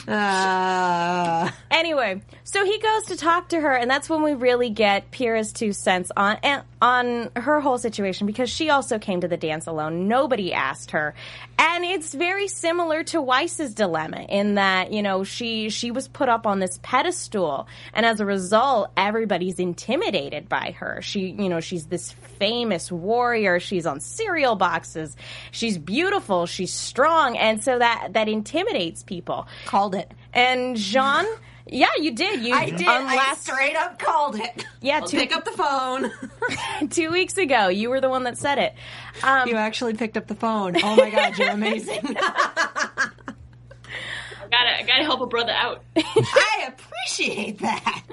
S3: Uh,
S2: Anyway, so he goes to talk to her, and that's when we really get Pyrrha's two cents on and on her whole situation because she also came to the dance alone. Nobody asked her, and it's very similar to Weiss's dilemma in that you know she she was put up on this pedestal, and as a result, everybody's intimidated by her. She you know she's this famous warrior. She's on cereal boxes. She's beautiful. She's strong, and so that that intimidates people.
S3: called it.
S2: And Jean, yeah, you did. You
S3: I did.
S2: On
S3: I
S2: last,
S3: straight up called it.
S2: yeah, two,
S3: Pick up the phone.
S2: two weeks ago, you were the one that said it. Um,
S3: You actually picked up the phone. Oh my god, you're amazing.
S5: I gotta, I gotta help a brother out.
S3: I appreciate that.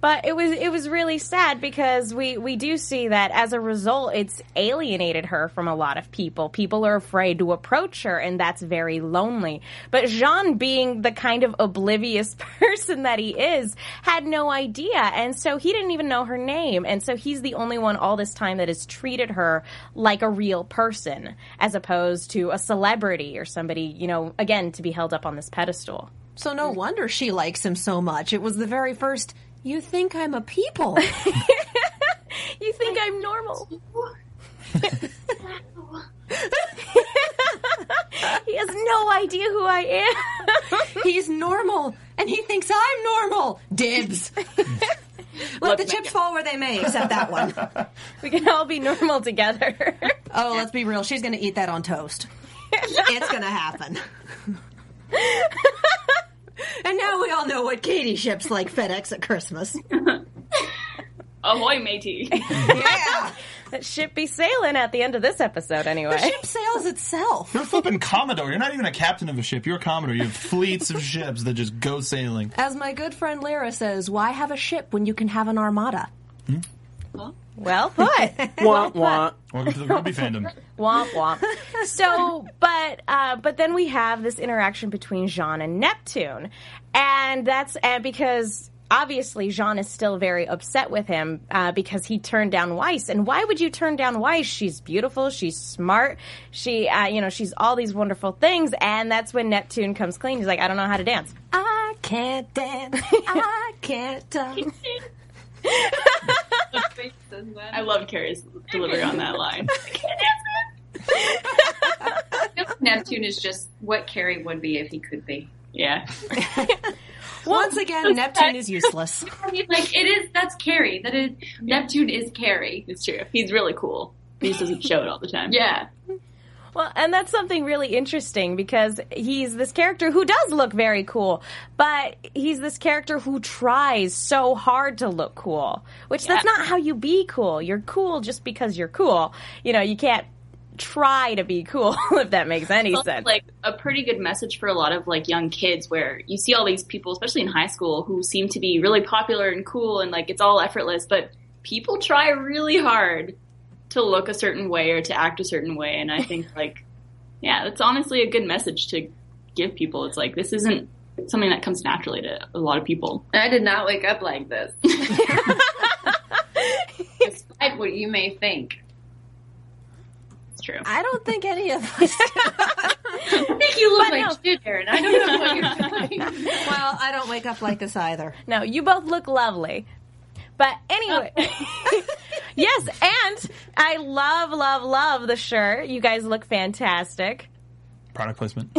S2: but it was it was really sad because we we do see that as a result, it's alienated her from a lot of people. People are afraid to approach her, and that's very lonely. But Jean, being the kind of oblivious person that he is, had no idea, and so he didn't even know her name, and so he's the only one all this time that has treated her like a real person, as opposed to a celebrity or somebody you know again to be held up on this pedestal.
S3: So no wonder she likes him so much. It was the very first. You think I'm a people?
S2: You think I'm normal? he has no idea who I am.
S3: He's normal, and he thinks I'm normal. Dibs. Let the chips fall where they may, except that one.
S2: we can all be normal together.
S3: Oh, let's be real. She's going to eat that on toast. it's going to happen. and now we all know what Katie ships like FedEx at Christmas.
S5: Ahoy, matey.
S3: Yeah.
S2: that ship be sailing at the end of this episode, anyway.
S3: Ship sails itself.
S4: You're a flipping commodore. You're not even a captain of a ship. You're a commodore. You have fleets of ships that just go sailing.
S3: As my good friend Lyra says, why have a ship when you can have an armada?
S2: Well put.
S7: Wah, wah.
S4: Welcome to the Ruby fandom.
S2: womp womp. So, but uh, but then we have this interaction between Jean and Neptune, and that's uh, because obviously Jean is still very upset with him uh, because he turned down Weiss. And why would you turn down Weiss? She's beautiful, she's smart, she uh, you know she's all these wonderful things. And that's when Neptune comes clean. He's like, I don't know how to dance.
S3: I can't dance. I can't uh, dance.
S5: I love Carrie's delivery on that line.
S6: Neptune is just what Carrie would be if he could be.
S5: Yeah.
S3: Once again, Neptune is useless.
S6: I mean, like it is. That's Carrie. That is Neptune is Carrie.
S5: It's true. He's really cool. He just doesn't show it all the time.
S6: Yeah.
S2: Well, and that's something really interesting because he's this character who does look very cool, but he's this character who tries so hard to look cool, which that's not how you be cool. You're cool just because you're cool. You know, you can't try to be cool if that makes any
S5: also,
S2: sense.
S5: like a pretty good message for a lot of like young kids where you see all these people especially in high school who seem to be really popular and cool and like it's all effortless but people try really hard to look a certain way or to act a certain way and i think like yeah that's honestly a good message to give people it's like this isn't something that comes naturally to a lot of people
S6: I did not wake up like this. Despite what you may think,
S5: it's true
S3: I don't think any of us.
S6: I think you look
S2: But
S6: like
S2: no.
S6: shit, Aaron. I don't know what you're doing.
S3: well, I don't wake up like this either.
S2: No, you both look lovely. But anyway,
S6: Oh.
S2: yes, and I love, love, love the shirt. You guys look fantastic.
S4: Product placement.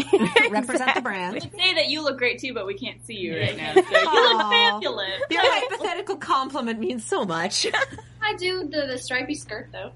S3: Represent the brand.
S5: say that you look great too but we can't see you right now so you look
S3: Aw.
S5: fabulous
S3: Your hypothetical compliment means so much.
S6: I do the, the stripy skirt though.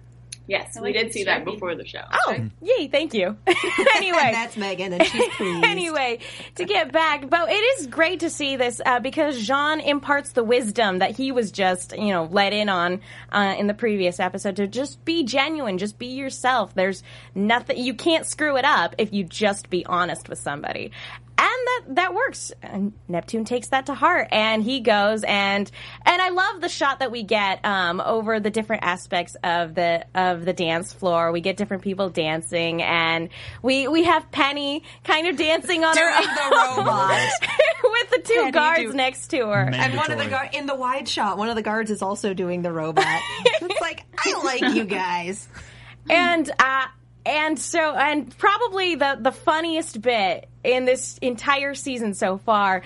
S5: yes we did see that before the show
S2: Oh, yay, thank you. anyway,
S3: That's Megan, and she's pleased.
S2: anyway, to get back, but it is great to see this uh, because Jean imparts the wisdom that he was just, you know, let in on uh, in the previous episode to just be genuine, just be yourself. There's nothing, you can't screw it up if you just be honest with somebody. And that, that works. And Neptune takes that to heart and he goes and, and I love the shot that we get, um, over the different aspects of the, of the dance floor. We get different people dancing and we, we have Penny kind of dancing on
S3: Doing
S2: her
S3: the robot.
S2: with the two
S3: Penny
S2: guards
S3: do-
S2: next to her.
S3: And one of the
S4: Mandatory.
S3: guard in the wide shot, one of the guards is also doing the robot. it's like I like you guys.
S2: and uh, and so and probably the the funniest bit in this entire season so far.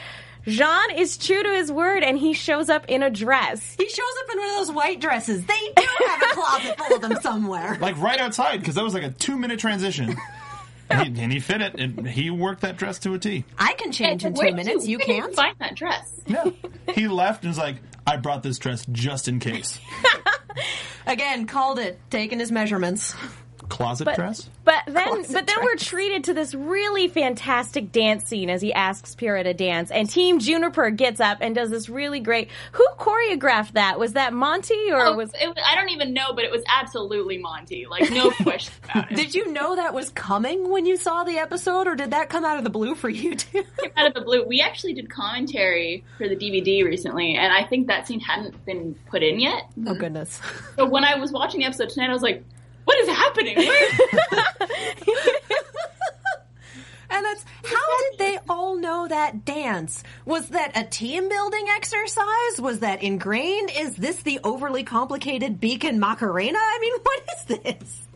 S2: Jean is true to his word, and he shows up in a dress.
S3: He shows up in one of those white dresses. They do have a closet full of them somewhere.
S4: like right outside because that was like a two minute transition. and, he, and he fit it. And he worked that dress to a T.
S3: I can change in
S5: Where
S3: two
S5: did
S3: minutes. You
S5: where did
S3: can't.
S5: find that dress
S4: Yeah. he left and was like, I brought this dress just in case.
S3: Again, called it. Taking his measurements.
S4: Closet dress?
S2: But then, but then we're treated to this really fantastic dance scene as he asks Pyrrha to dance, and Team Juniper gets up and does this really great. Who choreographed that? Was that Monty or
S5: Oh,
S2: was?
S5: it, I don't even know, but it was absolutely Monty. Like no question about it.
S3: Did you know that was coming when you saw the episode, or did that come out of the blue for you too?
S5: Out of the blue, we actually did commentary for the DVD recently, and I think that scene hadn't been put in yet.
S3: oh goodness.
S5: So when I was watching the episode tonight, I was like, "What is happening?" Where-
S3: And that's how did they all know that dance? Was that a team building exercise? Was that ingrained? Is this the overly complicated beacon Macarena? I mean, what is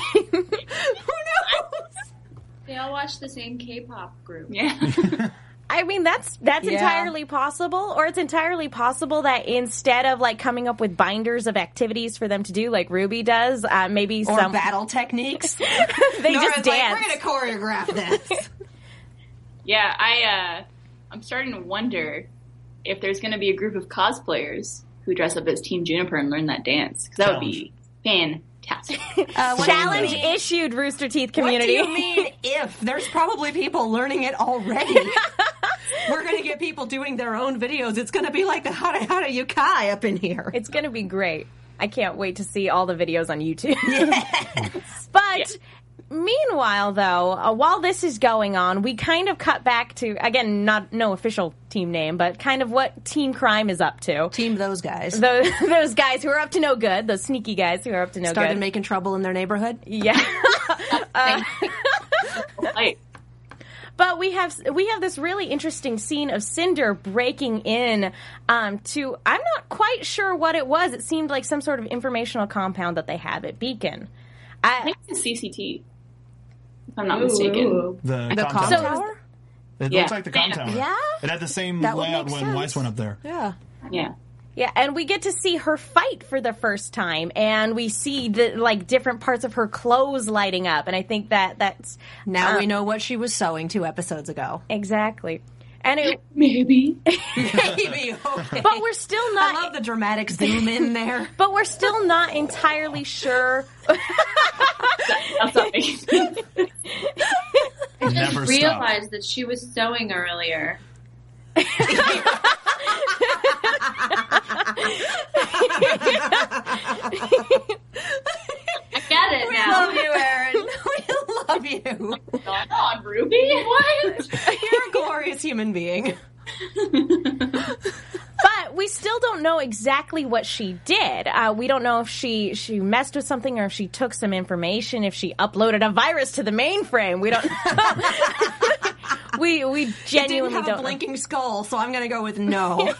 S3: this? Who knows?
S6: They all watch the same K-pop group.
S5: yeah,
S2: I mean, that's that's entirely possible, or it's entirely possible that instead of like coming up with binders of activities for them to do, like Ruby does, uh, maybe
S3: Or
S2: some
S3: battle techniques?
S2: they just
S3: Nora's
S2: dance.
S3: Like, We're gonna choreograph this.
S5: yeah. I uh, I'm starting to wonder if there's going to be a group of cosplayers who dress up as Team Juniper and learn that dance because that would be fantastic.
S2: Uh, Challenge issued, Rooster Teeth
S3: what do
S2: community.
S3: you mean if? There's probably people learning it already. We're gonna get people doing their own videos. It's gonna be like the Hada Hada Yukai up in here.
S2: It's going to be great. I can't wait to see all the videos on YouTube. but meanwhile, though, uh, while this is going on, we kind of cut back to again, not no official team name, but kind of what Team Crime is up to.
S3: Team those guys.
S2: Those, those guys who are up to no good, those sneaky guys who are up to no
S3: Started
S2: good.
S3: making trouble in their neighborhood.
S2: yeah.
S5: Like,
S2: But we have we have this really interesting scene of Cinder breaking in um, to I'm not quite sure what it was. It seemed like some sort of informational compound that they have at Beacon.
S5: I
S2: I,
S5: think it's the CCT. If I'm not mistaken.
S4: The,
S3: The
S4: com
S3: com
S4: tower.
S3: tower?
S4: It
S5: Yeah.
S4: looks like the com tower.
S3: Yeah?
S4: It had the same
S3: That would
S4: layout
S3: make
S4: when
S3: sense.
S4: Weiss went up there.
S3: Yeah.
S5: Yeah.
S2: yeah, and we get to see her fight for the first time, and we see the like different parts of her clothes lighting up, and I think that that's
S3: Now we know what she was sewing two episodes ago.
S2: exactly. And it,
S5: Maybe.
S3: Maybe. Okay.
S2: but we're still
S3: I
S2: not.
S3: love the dramatic zoom in there.
S2: but we're still not entirely sure.
S5: I'm sorry.
S4: Never stop.
S6: realized that she was sewing earlier. I get it now.
S3: you, Aaron. we love you.
S5: Come on, Ruby. What?
S3: You're a glorious human being.
S2: but we still don't know exactly what she did. Uh, we don't know if she she messed with something or if she took some information, if she uploaded a virus to the mainframe. We don't. we we
S3: Didn't
S2: genuinely
S3: have a
S2: don't. know.
S3: blinking skull, so I'm going to go with no.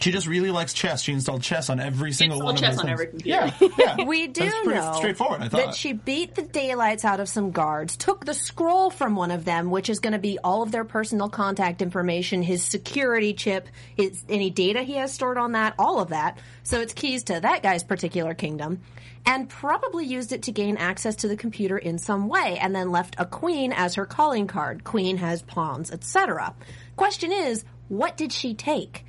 S4: She just really likes chess. She installed chess on every single one
S5: installed
S4: of
S5: chess
S4: those
S5: on
S4: things.
S5: every computer.
S4: Yeah, yeah.
S3: We do
S4: That's pretty
S3: know
S4: straightforward, I
S3: that
S4: thought.
S3: she beat the daylights out of some guards, took the scroll from one of them, which is going to be all of their personal contact information, his security chip, his any data he has stored on that, all of that. So it's keys to that guy's particular kingdom, and probably used it to gain access to the computer in some way, and then left a queen as her calling card. Queen has pawns, etc. Question is, what did she take?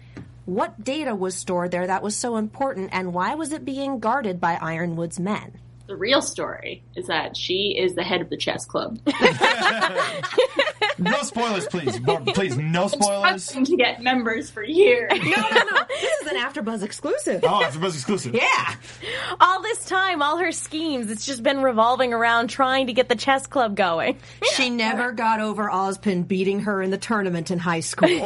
S3: What data was stored there that was so important, and why was it being guarded by Ironwood's men?
S5: The real story is that she is the head of the chess club.
S4: No spoilers, please. Barb, please, no
S5: I'm
S4: spoilers.
S5: going to get members for years.
S3: No, no, no. This is an AfterBuzz exclusive.
S4: Oh, it's supposed exclusive.
S3: Yeah.
S2: All this time, all her schemes, it's just been revolving around trying to get the chess club going.
S3: She never got over Ozpin beating her in the tournament in high school.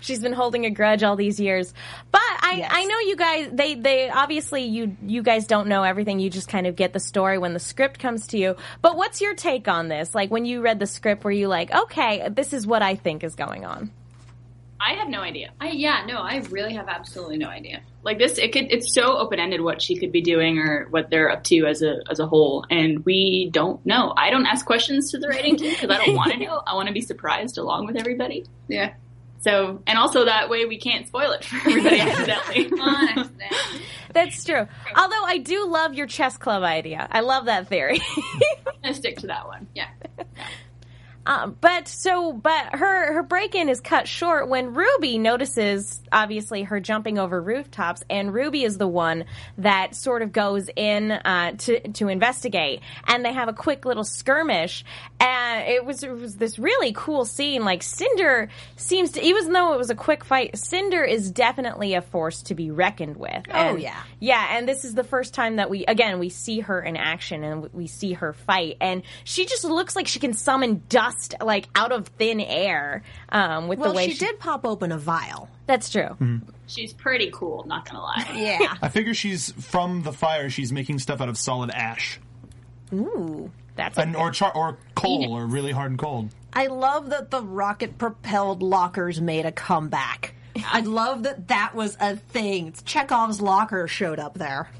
S2: She's been holding a grudge all these years. But I, I know you guys they, they obviously you you guys don't know everything, you just kind of get the story when the script comes to you. But what's your take on this? Like when you read the script were you like, Okay, this is what I think is going on.
S5: I have no idea.
S6: I, yeah, no, I really have absolutely no idea.
S5: Like this, it could. It's so open ended what she could be doing or what they're up to as a as a whole, and we don't know. I don't ask questions to the writing team because I don't want to know. I want to be surprised along with everybody.
S6: Yeah.
S5: So, and also that way we can't spoil it for everybody accidentally.
S6: On accident.
S2: That's true. Although I do love your chess club idea. I love that theory.
S5: I'm gonna stick to that one.
S6: Yeah.
S2: Um, but so, but her her break in is cut short when Ruby notices obviously her jumping over rooftops, and Ruby is the one that sort of goes in uh, to to investigate, and they have a quick little skirmish, and it was it was this really cool scene. Like Cinder seems to, even though it was a quick fight, Cinder is definitely a force to be reckoned with. Oh
S3: yeah.
S2: yeah, and this is the first time that we again we see her in action and we see her fight, and she just looks like she can summon dust like out of thin air. Um, with
S3: well,
S2: the way
S3: she, did pop open a vial.
S2: That's true.
S5: She's pretty cool. Not gonna lie.
S3: Yeah.
S4: I figure she's from the fire. She's making stuff out of solid ash,
S3: Ooh.
S2: That's
S4: and or char- or coal, or really hard and cold.
S3: I love that the rocket propelled lockers made a comeback. I love that that was a thing. It's Chekhov's locker showed up there.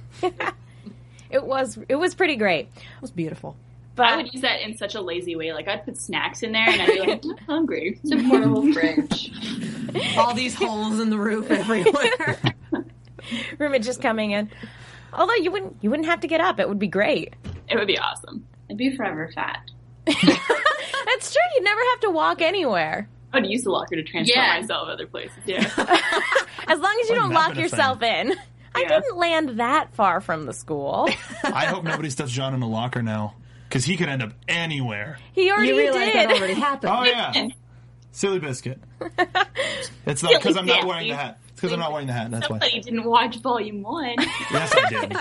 S2: it was it was pretty great.
S3: It was beautiful.
S5: I would use that in such a lazy way. Like I'd put snacks in there, and I'd be like, I'm hungry.
S6: It's a portable fridge.
S3: All these holes in the roof everywhere.
S2: Rumit just coming in. Although you wouldn't you wouldn't have to get up, it would be great.
S5: It would be awesome.
S6: I'd be forever fat.
S2: That's true. You'd never have to walk anywhere
S5: I would use the locker to transport
S6: Yeah.
S5: myself other places. Yeah.
S2: as long as you
S4: Wouldn't
S2: don't
S4: that
S2: lock
S4: been a
S2: yourself in. I
S5: Yeah.
S2: didn't land that far from the school.
S4: I hope nobody stuffs John in a locker now, because he could end up anywhere.
S2: He already
S3: you realize
S2: did.
S3: that already happened.
S4: Oh yeah, silly biscuit. It's not because I'm not wearing the hat. It's because I'm not wearing the hat. That's why.
S5: Somebody didn't watch volume one.
S4: Yes, I did.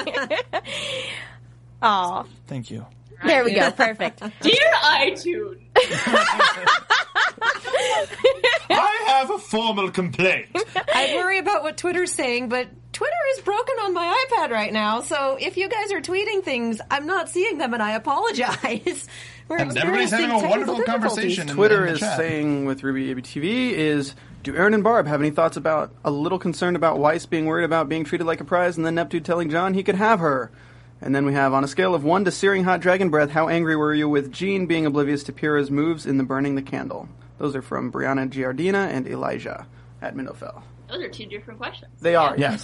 S2: Aw.
S4: Thank you.
S2: There we go. Perfect.
S5: Dear iTunes,
S9: I have a formal complaint.
S3: I worry about what Twitter's saying, but Twitter is broken on my iPad right now. So if you guys are tweeting things, I'm not seeing them, and I apologize. We're
S9: And everybody's
S3: experiencing
S9: having a
S3: technical
S9: wonderful conversation.
S3: difficulties.
S9: in-
S7: Twitter
S9: in the
S7: is
S9: chat.
S7: saying with Ruby TV is do Aaron and Barb have any thoughts about a little concerned about Weiss being worried about being treated like a prize and then Neptune telling John he could have her? And then we have on a scale of one to searing hot dragon breath, how angry were you with Jean being oblivious to Pyrrha's moves in the burning the candle? Those are from Brianna Giardina and Elijah at Minofel.
S5: those are two different questions.
S7: They are, yes.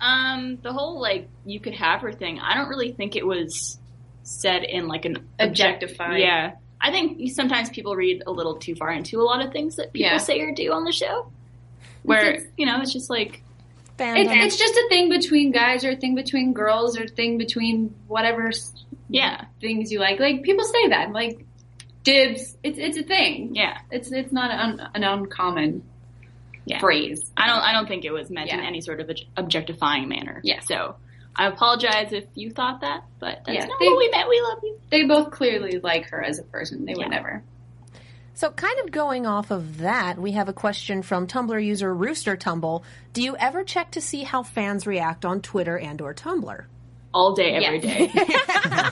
S5: Um, the whole like you could have her thing. I don't really think it was said in like an
S6: Objectified.
S5: Yeah, I think sometimes people read a little too far into a lot of things that people
S6: Yeah.
S5: say or do on the show. Where you know it's just like
S3: Banned
S6: It's,
S3: on-
S6: it's just a thing between guys or a thing between girls or a thing between whatever s-
S5: yeah,
S6: things you like. Like people say that. Like dibs. It's it's a thing.
S5: yeah,
S6: It's it's not an, an uncommon
S5: yeah.
S6: phrase.
S5: I don't I don't think it was meant in
S6: Yeah.
S5: any sort of obj- objectifying manner.
S6: Yeah.
S5: So I apologize if you thought that, but that's
S6: Yeah,
S5: not
S6: they-
S5: what we meant. We love you.
S6: They both clearly like her as a person. They
S5: Yeah.
S6: would never.
S3: So, kind of going off of that, we have a question from Tumblr user Rooster Tumble. Do you ever check to see how fans react on Twitter and/or Tumblr?
S5: All day, every
S6: Yeah.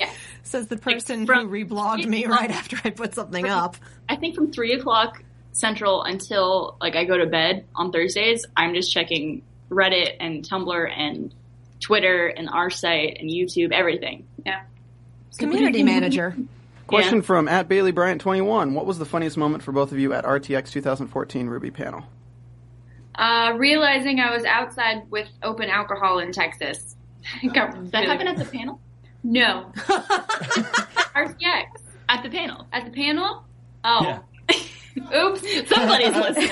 S5: day.
S3: Says the person
S5: from-
S3: who reblogged me right after I put something up.
S5: I think from three o'clock central until like I go to bed on Thursdays, I'm just checking Reddit and Tumblr and Twitter and our site and YouTube, everything.
S6: Yeah.
S3: Community manager.
S7: Question
S5: Yeah.
S7: from at Bailey Bryant twenty one. What was the funniest moment for both of you at RTX 2014 Ruby panel?
S6: Uh, realizing I was outside with open alcohol in Texas. I got
S5: That
S6: really-
S5: happened at the panel.
S6: No. RTX.
S5: At the panel,
S6: At the panel? Oh. Oops.
S5: somebody's listening.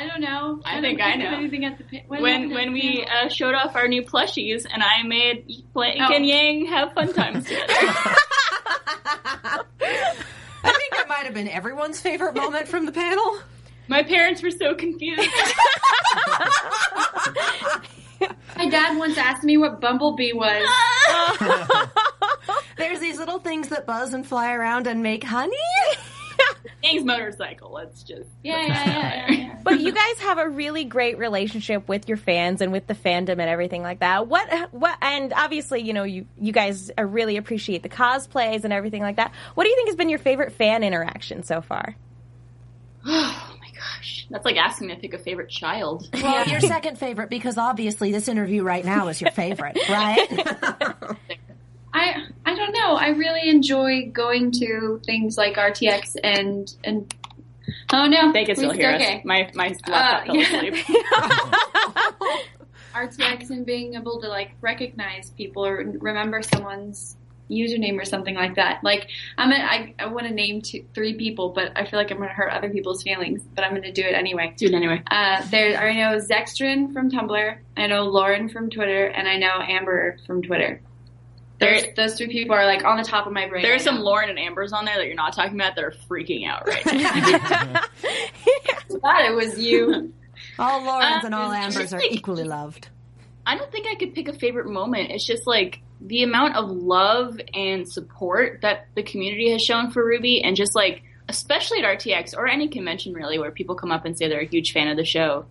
S6: I don't know.
S5: I
S6: don't
S5: think I
S6: of
S5: know.
S6: Anything at the pa-
S5: When
S6: happened at
S5: when
S6: the
S5: we
S6: panel?
S5: uh, showed off our new plushies and I made Plank
S6: Oh.
S5: and Yang have fun times together.
S3: I think that might have been everyone's favorite moment from the panel.
S5: My parents were so confused.
S6: My dad once asked me what Bumblebee was.
S3: There's these little things that buzz and fly around and make honey.
S5: Yang's motorcycle. Let's just
S6: yeah, yeah, yeah, yeah, yeah.
S2: but you guys have a really great relationship with your fans and with the fandom and everything like that. What what and obviously, you know, you you guys uh, really appreciate the cosplays and everything like that. What do you think has been your favorite fan interaction so far?
S5: Oh my gosh, that's like asking me to pick a favorite child.
S3: Well, your second favorite because obviously this interview right now is your favorite, right?
S6: I I don't know. I really enjoy going to things like RTX and and oh no,
S5: They can still
S6: we-
S5: hear
S6: okay. Uh,
S5: us. My my laptop fell
S6: yeah.
S5: asleep.
S6: RTX and being able to like recognize people or remember someone's username or something like that. Like I'm a, I I want to name two, three people, but I feel like I'm going to hurt other people's feelings. But I'm going to do it anyway.
S5: Do it anyway.
S6: Uh, there, I know Zextrin from Tumblr. I know Lauren from Twitter, and I know Amber from Twitter. Those,
S5: There-
S6: those three people are like on the top of my brain.
S5: There are
S6: right
S5: some
S6: now.
S5: Lauren and Ambers on there that you're not talking about that are freaking out right now.
S6: Thought it was you.
S3: all Laurens
S5: Uh,
S3: and all Ambers are
S5: like-
S3: equally loved.
S5: I don't think I could pick a favorite moment. It's just like the amount of love and support that the community has shown for Ruby, and just like, especially at RTX or any convention really, where people come up and say they're a huge fan of the show.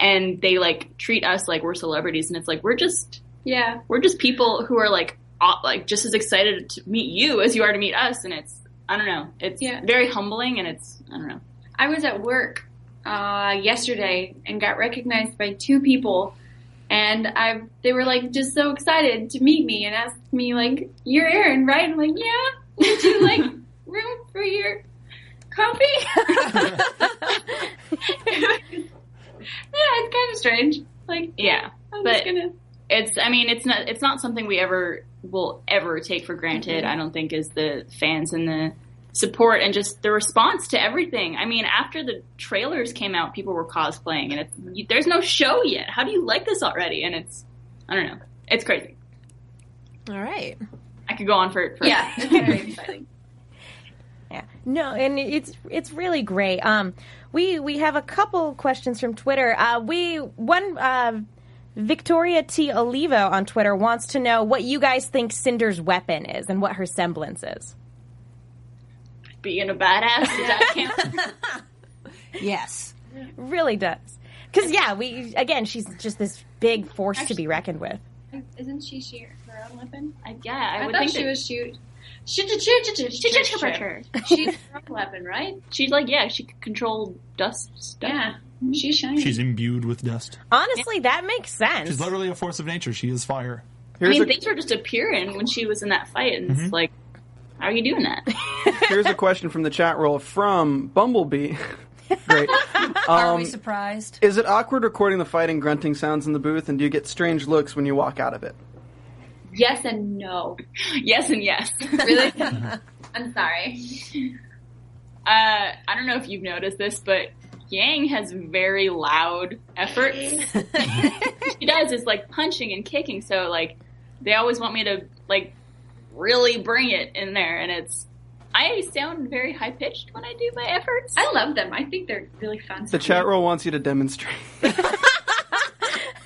S5: And they like treat us like we're celebrities, and it's like we're just
S6: yeah,
S5: we're just people who are like aw- like just as excited to meet you as you are to meet us and it's i don't know it's
S6: Yeah.
S5: very humbling and it's i don't know
S6: I was at work uh, yesterday and got recognized by two people, and I they were like just so excited to meet me and asked me like, "You're Aaron, right?" I'm like, "Yeah." Would you like room for your coffee? yeah, it's kind of strange. Like,
S5: yeah
S6: I'm
S5: but
S6: just gonna.
S5: it's i mean it's not it's not something we ever will ever take for granted
S6: Mm-hmm.
S5: i don't think is the fans and the support and just the response to everything i mean after the trailers came out people were cosplaying and it's, you, there's no show yet how do you like this already and it's i don't know it's crazy
S3: All right.
S5: i could go on for for
S6: Yeah, it's very exciting.
S2: Yeah. No, and it's it's really great. Um, we we have a couple questions from Twitter. Uh, we one uh, Victoria T. Olivo on Twitter wants to know what you guys think Cinder's weapon is and what her semblance is.
S5: Being a badass, does that count?
S3: Yes.
S2: Really does. Because, yeah, we, again, she's just this big force to be reckoned with.
S6: Isn't she sheer her own weapon?
S5: I- yeah, I,
S6: I,
S5: would
S6: thought
S5: think
S6: she
S5: that-
S6: was shoot.
S5: She, she, she, she, she, she, she,
S6: She's her own weapon, right?
S5: she's like, yeah, she could control dust stuff.
S6: Yeah, she's shiny.
S4: She's imbued with dust.
S2: Honestly, that makes sense.
S4: She's literally a force of nature. She is fire.
S5: I
S7: Here's
S5: mean,
S7: a-
S5: things were just appearing when she was in that fight, and it's like, how are you doing that?
S7: Here's a question from the chat roll from Bumblebee. Great.
S3: Are we surprised?
S7: Is it awkward recording the fighting grunting sounds in the booth, and do you get strange looks when you walk out of it?
S6: Yes and no.
S5: yes and yes.
S6: Really? I'm sorry.
S5: Uh, I don't know if you've noticed this, but Yang has very loud efforts. she does is like punching and kicking, so like they always want me to like really bring it in there, and it's I sound very high pitched when I do my efforts.
S6: I love them. I think they're really fun.
S7: The chat roll wants you to demonstrate.
S5: All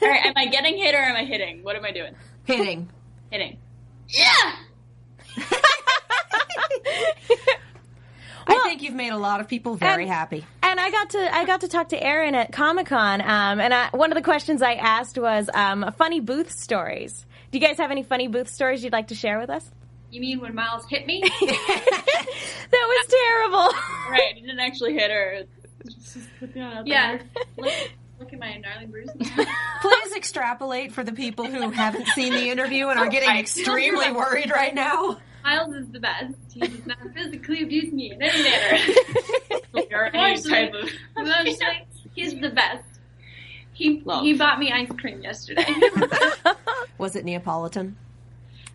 S5: right, am I getting hit or am I hitting? What am I doing?
S3: Hitting.
S5: Hitting.
S3: I think you've made a lot of people very
S2: And-
S3: happy.
S2: And I got to I got to talk to Aaron at Comic Con, um, and I, one of the questions I asked was um, funny booth stories. Do you guys have any funny booth stories you'd like to share with us?
S6: You mean when Miles hit me?
S2: That was terrible.
S5: Right, I didn't actually hit her. Just put that out
S6: yeah.
S5: there.
S6: Look, look at my gnarly bruises.
S3: Please extrapolate for the people who haven't seen the interview and are getting extremely worried right now.
S6: Miles is the best. He does not physically abuse me in any manner.
S5: Or any type of-
S6: Emotionally, he's the best. He
S5: Love.
S6: he bought me ice cream yesterday.
S3: Was it Neapolitan?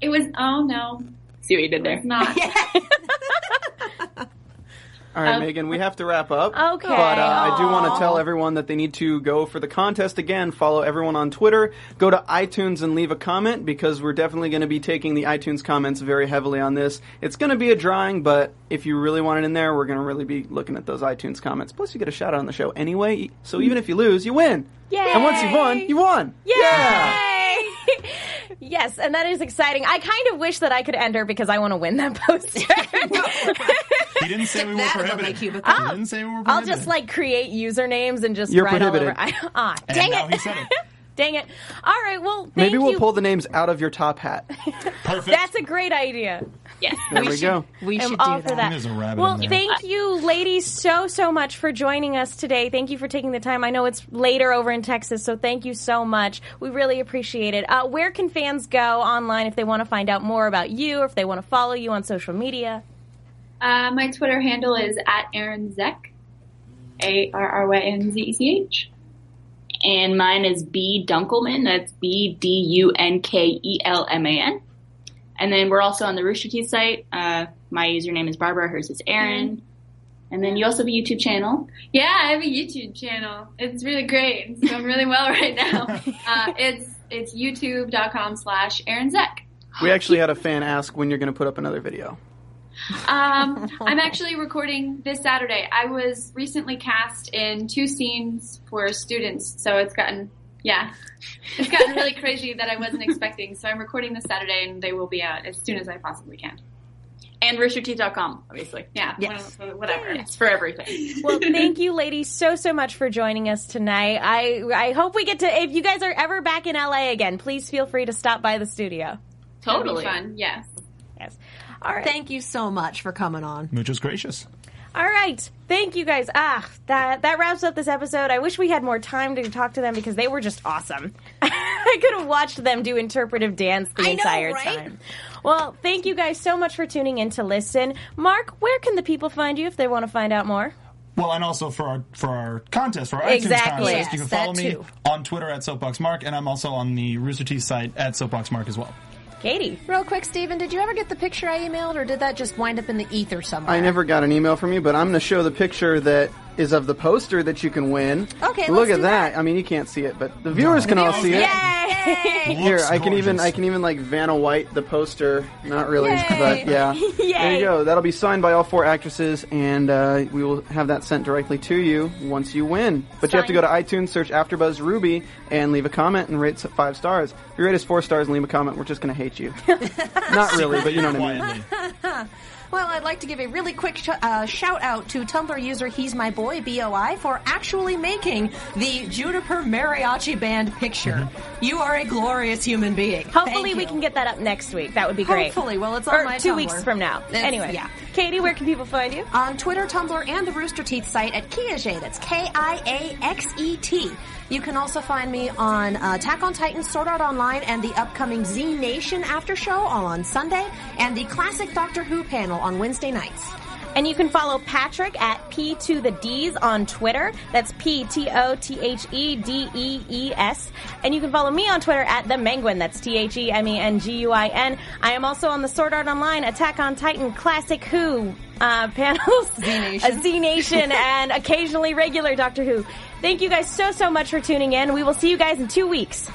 S6: it was oh no,
S5: See what you did there.
S6: not.
S7: All right, Megan, we have to wrap up.
S2: Okay.
S7: But uh, I do want
S2: Aw.
S7: to tell everyone that they need to go for the contest again. Follow everyone on Twitter. Go to iTunes and leave a comment because we're definitely going to be taking the iTunes comments very heavily on this. It's going to be a drawing, but if you really want it in there, we're going to really be looking at those iTunes comments. Plus, you get a shout out on the show anyway. So even if you lose, you win.
S2: Yay.
S7: And once you've won, you won. Yeah.
S2: Yay! yes, and that is exciting. I kind of wish that I could enter because I want to win that poster.
S4: He didn't say we were
S3: That is on my
S4: prohibited.
S3: cubicle.
S4: He didn't say we were
S2: I'll
S4: prohibited.
S2: just like create usernames and just
S7: You're
S2: write
S7: prohibited.
S2: all over. Ah,
S4: And
S2: dang
S4: now
S2: it!
S4: he said it.
S2: Dang it! All right, well, thank
S7: Maybe we'll
S2: you.
S7: pull the names out of your top hat.
S4: Perfect.
S2: That's a great idea.
S5: Yes.
S7: There we, go.
S3: We
S2: I'm
S3: should
S2: all
S3: do
S2: for
S3: that.
S2: that.
S4: There's a rabbit
S2: well,
S4: in there.
S2: thank you, ladies, so so much for joining us today. Thank you for taking the time. I know it's later over in Texas, so thank you so much. We really appreciate it. Uh, where can fans go online if they want to find out more about you, or if they want to follow you on social media?
S6: Uh, my Twitter handle is at Aaron Zek, A R R Y N Z E C H.
S5: And mine is B Dunkelman. That's B D U N K E L M A N. And then we're also on the Rooster Teeth site. Uh, my username is Barbara. Hers is Aaron. And then you also have a YouTube channel.
S6: Yeah, I have a YouTube channel. It's really great. It's going really well right now. Uh, it's it's youtube.com slash Aaron Zek.
S7: We actually had a fan ask when you're going to put up another video.
S6: Um, I'm actually recording this Saturday. I was recently cast in two scenes for students, so it's gotten yeah, it's gotten really crazy that I wasn't expecting. So I'm recording this Saturday, and they will be out as soon as I possibly can.
S5: And roosterteeth.com, obviously.
S6: Yeah,
S3: Yes.
S6: well, whatever.
S5: It's for everything.
S2: Well, thank you, ladies, so so much for joining us tonight. I I hope we get to. If you guys are ever back in LA again, please feel free to stop by the studio.
S6: That'd be
S5: totally.
S6: fun. Yes.
S2: Yes. All right.
S3: Thank you so much for coming on.
S4: Muchas gracias.
S2: All right. Thank you guys. Ah, that that wraps up this episode. I wish we had more time to talk to them because they were just awesome. I could have watched them do interpretive dance the
S3: know,
S2: entire
S3: right?
S2: time. Well, thank you guys so much for tuning in to listen. Mark, where can the people find you if they want to find out more?
S4: Well, and also for our for our contest, for our iTunes
S2: Exactly.
S4: contest,
S2: Yes,
S4: you can
S3: that
S4: follow me
S3: too.
S4: on Twitter at SoapboxMark, and I'm also on the Rooster Teeth site at SoapboxMark as well.
S2: Katie.
S3: Real quick, Steven, did you ever get the picture I emailed, or did that just wind up in the ether somewhere?
S7: I never got an email from you, but I'm going to show the picture that is of the poster that you can win.
S3: Okay,
S7: look
S3: let's
S7: at
S3: do
S7: that.
S3: that.
S7: I mean, you can't see it, but the viewers can all see it.
S2: Yay!
S7: Here,
S4: Looks
S7: I can even
S4: gorgeous.
S7: I can even like Vanna White the poster. Not really,
S3: Yay.
S7: but yeah. There
S2: Yay.
S7: you go. That'll be signed by all four actresses, and uh, we will have that sent directly to you once you win. But you have to go to iTunes, search AfterBuzz Ruby, and leave a comment and rate us at five stars. If you rate us four stars and leave a comment, we're just gonna hate you. Not really, but you know what I mean.
S4: Quietly.
S3: Well, I'd like to give a really quick sh- uh, shout out to Tumblr user He's My Boy BOI for actually making the Juniper Mariachi Band picture. You are a glorious human being.
S2: Hopefully,
S3: Thank
S2: we
S3: you.
S2: can get that up next week. That would be great.
S3: Hopefully. Well, it's on
S2: or
S3: my
S2: two
S3: Tumblr.
S2: weeks from now.
S3: It's-
S2: anyway,
S3: yeah.
S2: Katie, where can people find you?
S3: on Twitter, Tumblr, and the Rooster Teeth site at Kiaxet. That's K-I-A-X-E-T. E You can also find me on uh, Attack on Titan, Sword Art Online, and the upcoming Z Nation after show, all on Sunday, and the classic Doctor Who panel on Wednesday nights.
S2: And you can follow Patrick at P to the D's on Twitter. That's P T O T H E D E E S. And you can follow me on Twitter at the Menguin. That's T H E M E N G U I N. I am also on the Sword Art Online, Attack on Titan, Classic Who uh, panels,
S3: Nation.
S2: A Z Nation, and occasionally regular Doctor Who. Thank you guys so so much for tuning in. We will see you guys in two weeks.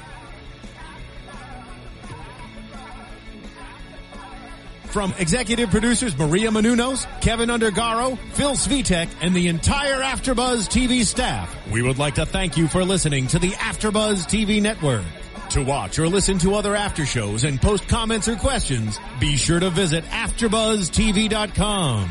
S1: From executive producers Maria Manunos, Kevin Undergaro, Phil Svitek, and the entire Afterbuzz TV staff, we would like to thank you for listening to the Afterbuzz TV network. To watch or listen to other after shows and post comments or questions, be sure to visit AfterbuzzTV.com.